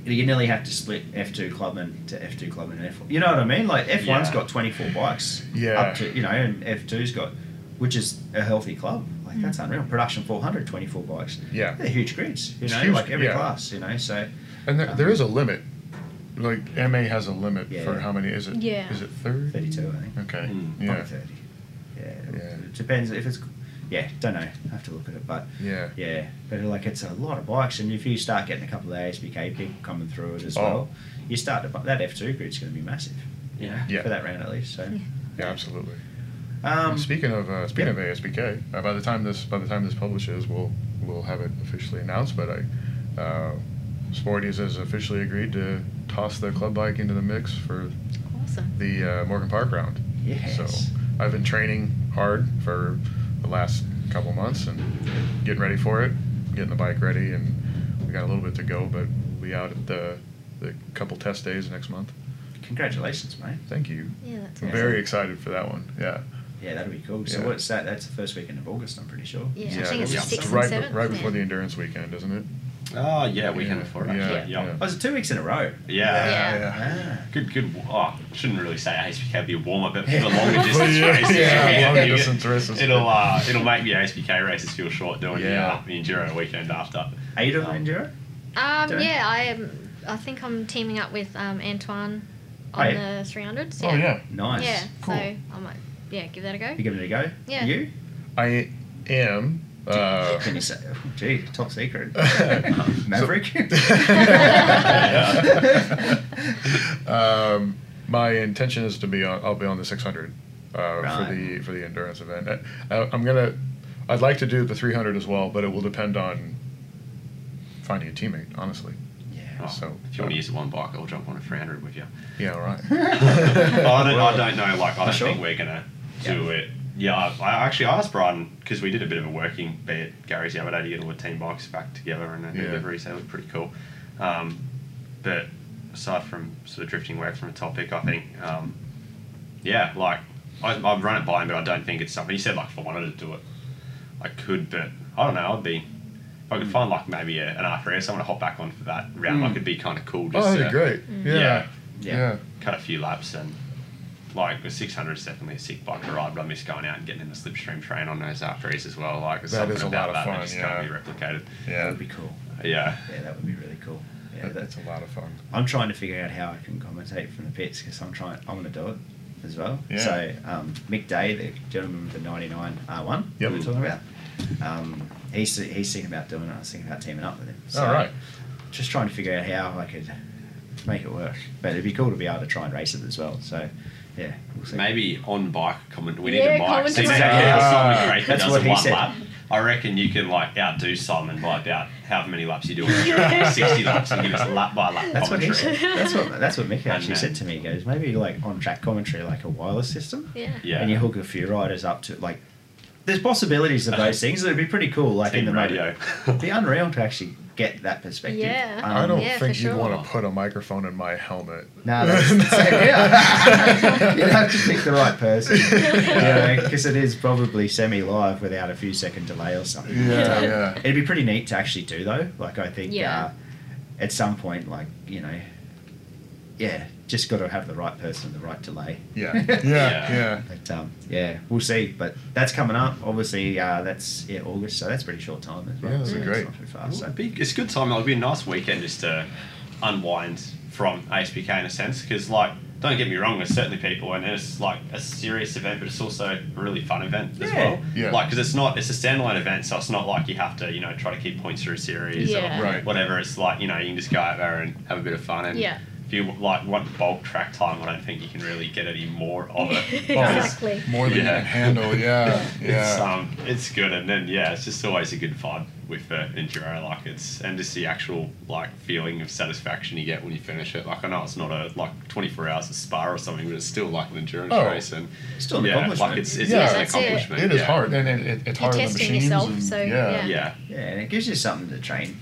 B: You nearly have to split F2 Clubman to F2 Clubman and F1. You know what I mean? Like, F1's
D: Yeah.
B: got 24 bikes.
A: Yeah.
B: Up to, you know, and F2's got, which is a healthy club. Like, that's unreal. Production 400, 24 bikes.
A: Yeah.
B: They're huge grids, you
A: It's
B: know,
A: huge,
B: like every
A: yeah.
B: class, you know, so.
A: And there, there is a limit. Like MA has a limit
B: Um, Yeah.
A: for how many is it?
C: Yeah.
A: Is it 30?
B: 32, I think.
A: Okay.
D: Mm.
B: Probably
A: Yeah.
B: 30. Yeah.
A: Yeah.
B: It depends if it's. Yeah, don't know. I have to look at it, but
A: Yeah.
B: yeah, but like it's a lot of bikes, and if you start getting a couple of ASBK people coming through it as
A: Oh.
B: well, you start to, bu- that F two grid's going to be massive. You know,
A: Yeah.
B: for that round at least. So,
A: Yeah, absolutely.
B: um,
A: speaking of uh, speaking
B: yeah.
A: of ASBK, uh, by the time this by the time this publishes, we'll we'll have it officially announced. But I, uh, Sporties has officially agreed to toss the club bike into the mix for
C: Awesome.
A: the uh, Morgan Park round. So
B: Yes.
A: I've been training hard for the last couple months and getting ready for it, getting the bike ready, and we got a little bit to go, but we out at the the couple test days next month.
B: congratulations, mate.
A: Thank you.
C: Yeah, that's
A: I'm
C: awesome.
A: very excited for that one. Yeah.
B: Yeah, that'll be cool. So
A: Yeah.
B: what's that? That's the first weekend of August, I'm pretty sure.
C: Yeah, I think it's
D: yeah.
C: the sixth
A: right,
C: and seventh.
A: right
C: isn't
A: before
C: it?
A: the endurance weekend, isn't it?
D: oh yeah, weekend
A: Yeah,
D: before.
A: yeah,
D: actually.
A: yeah.
D: yeah.
B: Oh, is it two weeks in a row?
D: Yeah.
C: Yeah.
B: Ah.
D: Good, good. Oh, shouldn't really say ASPK be a warm up, but for the
B: Yeah.
D: longer distance
A: Yeah,
D: races,
A: yeah,
D: you-
A: longer
D: you-
A: distance races.
D: it'll uh, it'll make the ASPK races feel short doing
A: Yeah.
D: the, uh, the enduro weekend after.
B: Are you doing
D: Um,
B: enduro?
C: Um,
B: Okay.
C: yeah, I am. I think I'm teaming up with um, Antoine
B: Oh,
C: on
B: yeah.
C: the 300s.
A: Oh yeah,
B: Nice.
C: Yeah,
A: Cool.
C: so I might, yeah, give that a go.
B: You giving it a go?
C: Yeah.
B: You?
A: I am. Uh,
B: Can you say? oh, Gee, top secret.
A: So-
B: Maverick.
A: um, my intention is to be on. I'll be on the 600 uh,
B: Right.
A: for the for the endurance event. Uh, I, I'm gonna. I'd like to do the 300 as well, but it will depend on finding a teammate. Honestly.
D: Oh,
B: Yeah.
A: So-
D: if you want to use the one bike, I'll jump on a 300 with you.
A: Yeah. all Right.
D: But I don't, I don't know. Like,
B: For
D: I don't
B: sure.
D: think we're gonna do it. Yeah, I, I actually asked Brian because we did a bit of a working bit at Gary's the other day to get all the team bikes back together and then
A: Yeah.
D: deliveries. They looked pretty cool. Um, but aside from sort of drifting away from the topic, I think, um, yeah, like I, I've run it by him, but I don't think it's something. He said like if I wanted to do it, I could, but I don't know. I'd be if
A: Hmm.
D: I could find like maybe a, an R3 or someone to hop back on for that round. Like it'd be kind of cool. Just
A: oh, that'd be
D: to
A: great.
C: Mm.
A: Yeah.
D: yeah.
A: Yeah.
B: Yeah.
D: cut a few laps and like the 600 is definitely a sick bike to ride but I miss going out and getting in the slipstream train on those R3s as well like there's
A: That
D: something
A: is a lot
D: about
A: of
D: that
A: fun,
D: that just
A: yeah.
D: can't be replicated
B: That
A: Yeah.
B: would be cool.
D: yeah
B: Yeah, that would be really cool. Yeah,
A: That,
B: that's.
A: that's a lot of fun.
B: I'm trying to figure out how I can commentate from the pits because I'm trying. I'm going to do it as well.
A: Yeah.
B: So um, Mick Day, the gentleman with the '99 R1,
A: Yep.
B: we we're talking about. Um, he's he's thinking about doing it. I was thinking about teaming up with him. So
A: All right.
B: Just trying to figure out how I could make it work. But it'd be cool to be able to try and race it as well. So, yeah, we'll see.
D: maybe on bike comment we need
C: Yeah,
D: a mic
C: commentary.
D: see exactly how
A: Ah,
D: Simon Creighton
B: that's
D: does
B: what
D: in
B: he
D: one
B: said.
D: lap I reckon you could like outdo Simon by about however many laps you do on a track, 60 laps and give us lap by lap
B: That's what
D: commentary
B: he said. That's what that's what Mick actually
D: know.
B: said to me. He goes, maybe like on track commentary, like a wireless system,
C: Yeah.
D: yeah
B: and you hook a few riders up to like. There's possibilities of those things. It'd be pretty cool, like
D: Team
B: in the
D: radio
B: It'd be unreal to actually get that perspective.
C: Yeah.
B: um,
A: I don't
C: yeah, for
A: think you'd
C: sure.
A: want to put a microphone in my helmet.
B: No, that's, that's yeah. You'd have to pick the right person, because it is probably semi-live without a few second delay or something.
A: Yeah, yeah.
B: It'd be pretty neat to actually do though. Like I think
C: Yeah.
B: uh, at some point, like you know, yeah, just got to have the right person, the right delay.
A: Yeah. Yeah. Yeah.
B: But um, yeah, we'll see. But that's coming up. Obviously, uh, that's yeah August, so that's pretty short time as well.
A: Yeah, that'd
B: so
A: be
B: it's
A: great.
B: Not too
D: Well,
B: fast. So.
D: it'd be- it's a good time. It'll be a nice weekend just to unwind from ASPK in a sense because like don't get me wrong, there's certainly people, and it's like a serious event, but it's also a really fun event as
B: Yeah.
D: well.
A: Yeah.
D: Like, because it's not, it's a standalone event, so it's not like you have to, you know, try to keep points through a series
C: Yeah.
D: or
A: Right.
D: whatever. It's like, you know, you can just go out there and have a bit of fun. And
C: Yeah.
D: if you like want bulk track time, I don't think you can really get any more of it.
C: exactly.
A: More than
D: Yeah.
A: you can handle. Yeah,
D: It's,
A: yeah.
D: um, it's good, and then yeah, it's just always a good vibe with uh, enduro. Like it's and just the actual like feeling of satisfaction you get when you finish it. Like I know it's not a like twenty four hours of spa or something, but it's still like an endurance
A: Oh.
D: race, and
B: Still an
D: yeah,
B: accomplishment.
D: Like it's it's,
A: Yeah,
D: it's an
C: that's it.
D: accomplishment.
A: it is
D: yeah.
A: hard, and it, it, it's
C: You're
A: hard on the
C: testing
A: machines.
C: yourself,
A: and-
C: so, yeah.
D: Yeah,
B: Yeah, and it gives you something to train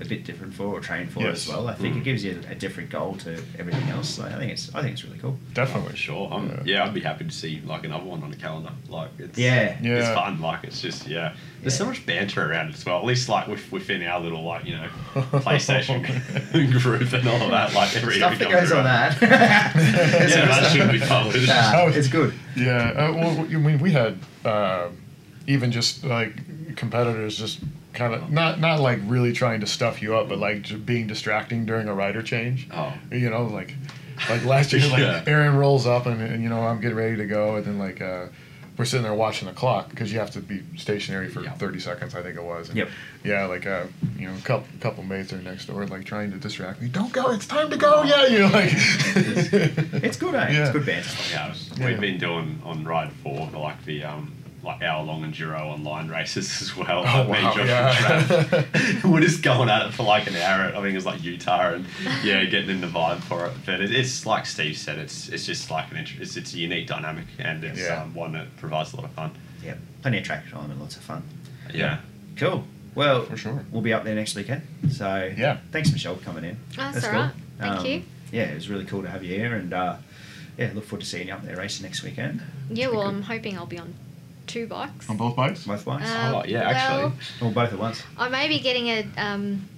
B: a bit different for or train for
A: Yes.
B: as well. I think
D: Mm.
B: it gives you a different goal to everything else. So I think it's I think it's really cool.
D: for
A: definitely.
D: sure. I'm,
A: Yeah.
D: yeah. I'd be happy to see like another one on the calendar. Like it's
B: Yeah.
D: it's
A: Yeah.
D: fun. Like it's just yeah. There's so
B: Yeah.
D: much banter around it as well. At least like with, within our little like you know PlayStation group and all of that. Like every
B: Stuff
D: every
B: that goes
D: comes
B: on
D: around.
B: that.
D: Yeah, that shouldn't be published.
B: Nah,
A: Oh.
B: it's good.
A: Yeah, uh, well, we- I mean, we had uh, even just like competitors just kind of not not like really trying to stuff you up, but like j- being distracting during a rider change.
D: Oh.
A: You know, like like last year, like
D: Yeah.
A: Aaron rolls up and, and you know I'm getting ready to go, and then like uh, we're sitting there watching the clock because you have to be stationary for
D: Yeah.
A: 30 seconds, I think it was. And
B: Yep.
A: Yeah, like uh, you know, a couple couple mates are next door, like trying to distract me. Don't go! It's time to go! Yeah, you know, like
B: It's good, eh?
A: Yeah.
B: It's good banter.
D: Yeah, it's-
A: Yeah.
D: we've been doing on ride four like the um like hour long enduro online races as well.
A: Oh,
D: Like, me,
A: wow,
D: Josh, and
A: yeah.
D: Trav, we're just going at it for like an hour. I think it was like Utah and yeah, getting in the vibe for it. But it, it's like Steve said, it's it's just like an int- it's it's a unique dynamic and it's
A: Yeah.
D: um, one that provides a lot of fun.
B: Yep. Plenty of track time and lots of fun.
D: Yeah,
B: Cool. Well,
A: For sure.
B: We'll be up there next weekend. So
A: Yeah.
B: thanks Michelle for coming in. Um,
C: Oh, that's all right. Thank you.
B: Yeah, it was really cool to have you here, and uh, yeah, look forward to seeing you up there racing next weekend.
C: Yeah, well,
B: Good.
C: I'm hoping I'll be on two bikes.
A: on both bikes.
B: Both bikes,
C: Uh,
D: Oh, yeah, actually.
C: well,
B: or both at once.
C: I may be getting a um,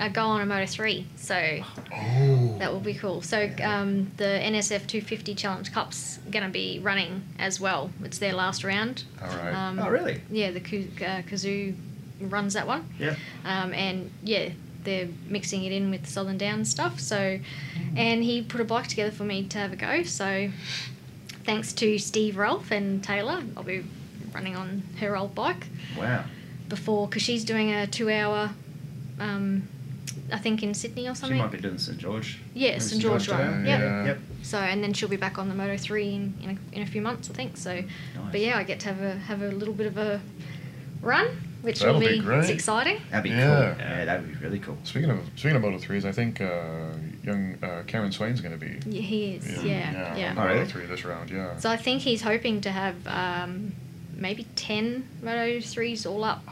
C: a go on a Moto 3, so
A: Oh.
C: that will be cool. So um, the NSF 250 Challenge Cup's going to be running as well. It's their last round.
A: All right.
C: Um,
B: oh, really?
C: Yeah, the Ku- uh, Kazoo runs that one.
B: Yeah.
C: Um, and yeah, they're mixing it in with Southern Down stuff. So, and he put a bike together for me to have a go. So, thanks to Steve, Rolfe, and Taylor, I'll be running on her old bike
B: Wow.
C: before because she's doing a two-hour, um, I think in Sydney or
B: She
C: something.
B: might be doing St George.
C: yeah, St George
A: George
C: run.
A: Day,
C: Yeah.
A: yeah.
B: Yep.
C: So and then she'll be back on the Moto three in, in, a, in a few months, I think. So,
B: Nice.
C: but yeah, I get to have a have a little bit of a run, which
A: That'll
C: will
A: be
C: be,
A: great.
C: it's exciting.
B: That'd be
A: Yeah.
B: cool. Yeah, that'd be really cool.
A: Speaking of speaking of Moto threes, I think uh, young uh, Cameron Swain's going to be.
C: Yeah, he is. yeah. yeah.
A: on
B: Oh,
A: Moto
B: really?
A: three this round. Yeah.
C: So I think he's hoping to have um, maybe 10 Moto 3s all up.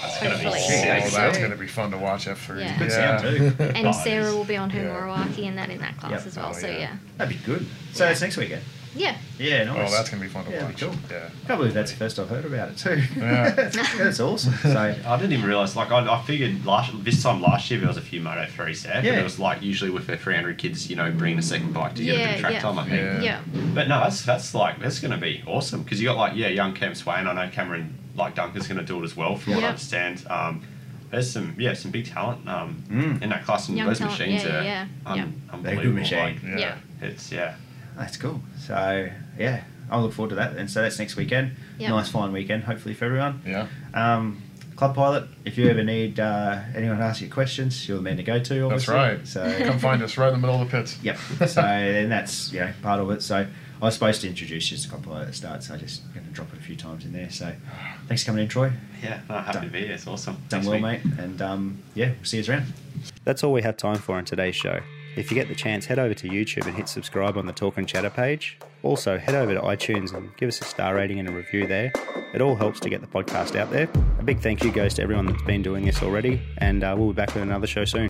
D: that's gonna be
A: oh,
C: Hopefully.
D: sick.
A: that's going to be fun to watch F three.
C: Yeah.
B: Good sound too.
C: And
D: Nice.
C: Sarah will be on her
A: Yeah.
C: Morawaki and that in that class
B: Yep.
C: as well.
A: Oh,
C: so
A: yeah.
C: yeah.
B: That'd be good. So
C: Yeah.
B: that's next weekend.
C: Yeah.
B: Yeah,
A: oh,
B: nice.
A: that's going to be fun to
B: Yeah,
A: watch.
B: it'd be cool.
A: Yeah.
B: Can't believe that's the first I've heard about it too.
A: Yeah.
B: that's awesome. So
D: I didn't even realize. Like I, I figured last this time last year there was a few Moto threes there, but
B: Yeah.
D: it was like usually with the three hundred kids, you know, bringing a second bike to get a bit
C: Yeah,
D: of track
C: yeah.
D: time. I think.
A: Yeah.
C: Yeah.
D: But no, that's that's like that's gonna be awesome because you got like yeah, young Cam Swain. I know Cameron like Duncan's gonna do it as well, from what
C: Yeah.
D: I understand. Um, there's some yeah, some big talent um,
B: Mm.
D: in that class, and
C: Young
D: those
C: talent,
D: machines
C: yeah, yeah,
D: are
C: yeah.
D: un-
C: Yeah.
B: They're
D: unbelievable.
B: good machine.
A: Yeah.
C: Yeah.
D: Like, it's yeah,
B: That's cool. So yeah, I'll look forward to that. And so that's next weekend.
C: Yep.
B: Nice fine weekend, hopefully for everyone.
A: Yeah.
B: Um, Club Pilot, if you ever need uh, anyone to ask you questions, you're the man to go to.
A: That's
B: Obviously.
A: right.
B: So
A: Come find us right in the middle of the pits.
B: yep. So and that's you know part of it. So I was supposed to introduce you as Club Pilot at the start, so I just going to drop it a few times in there. So thanks for coming in, Troy.
D: yeah. No, happy
B: Done.
D: to be here. It's awesome.
B: Done
D: Thanks,
B: well,
D: mate.
B: mate. And um, yeah, we'll see you around. That's all we have time for on today's show. If you get the chance, head over to YouTube and hit subscribe on the Talk and Chatter page. Also, head over to iTunes and give us a star rating and a review there. It all helps to get the podcast out there. A big thank you goes to everyone that's been doing this already, and uh, we'll be back with another show soon.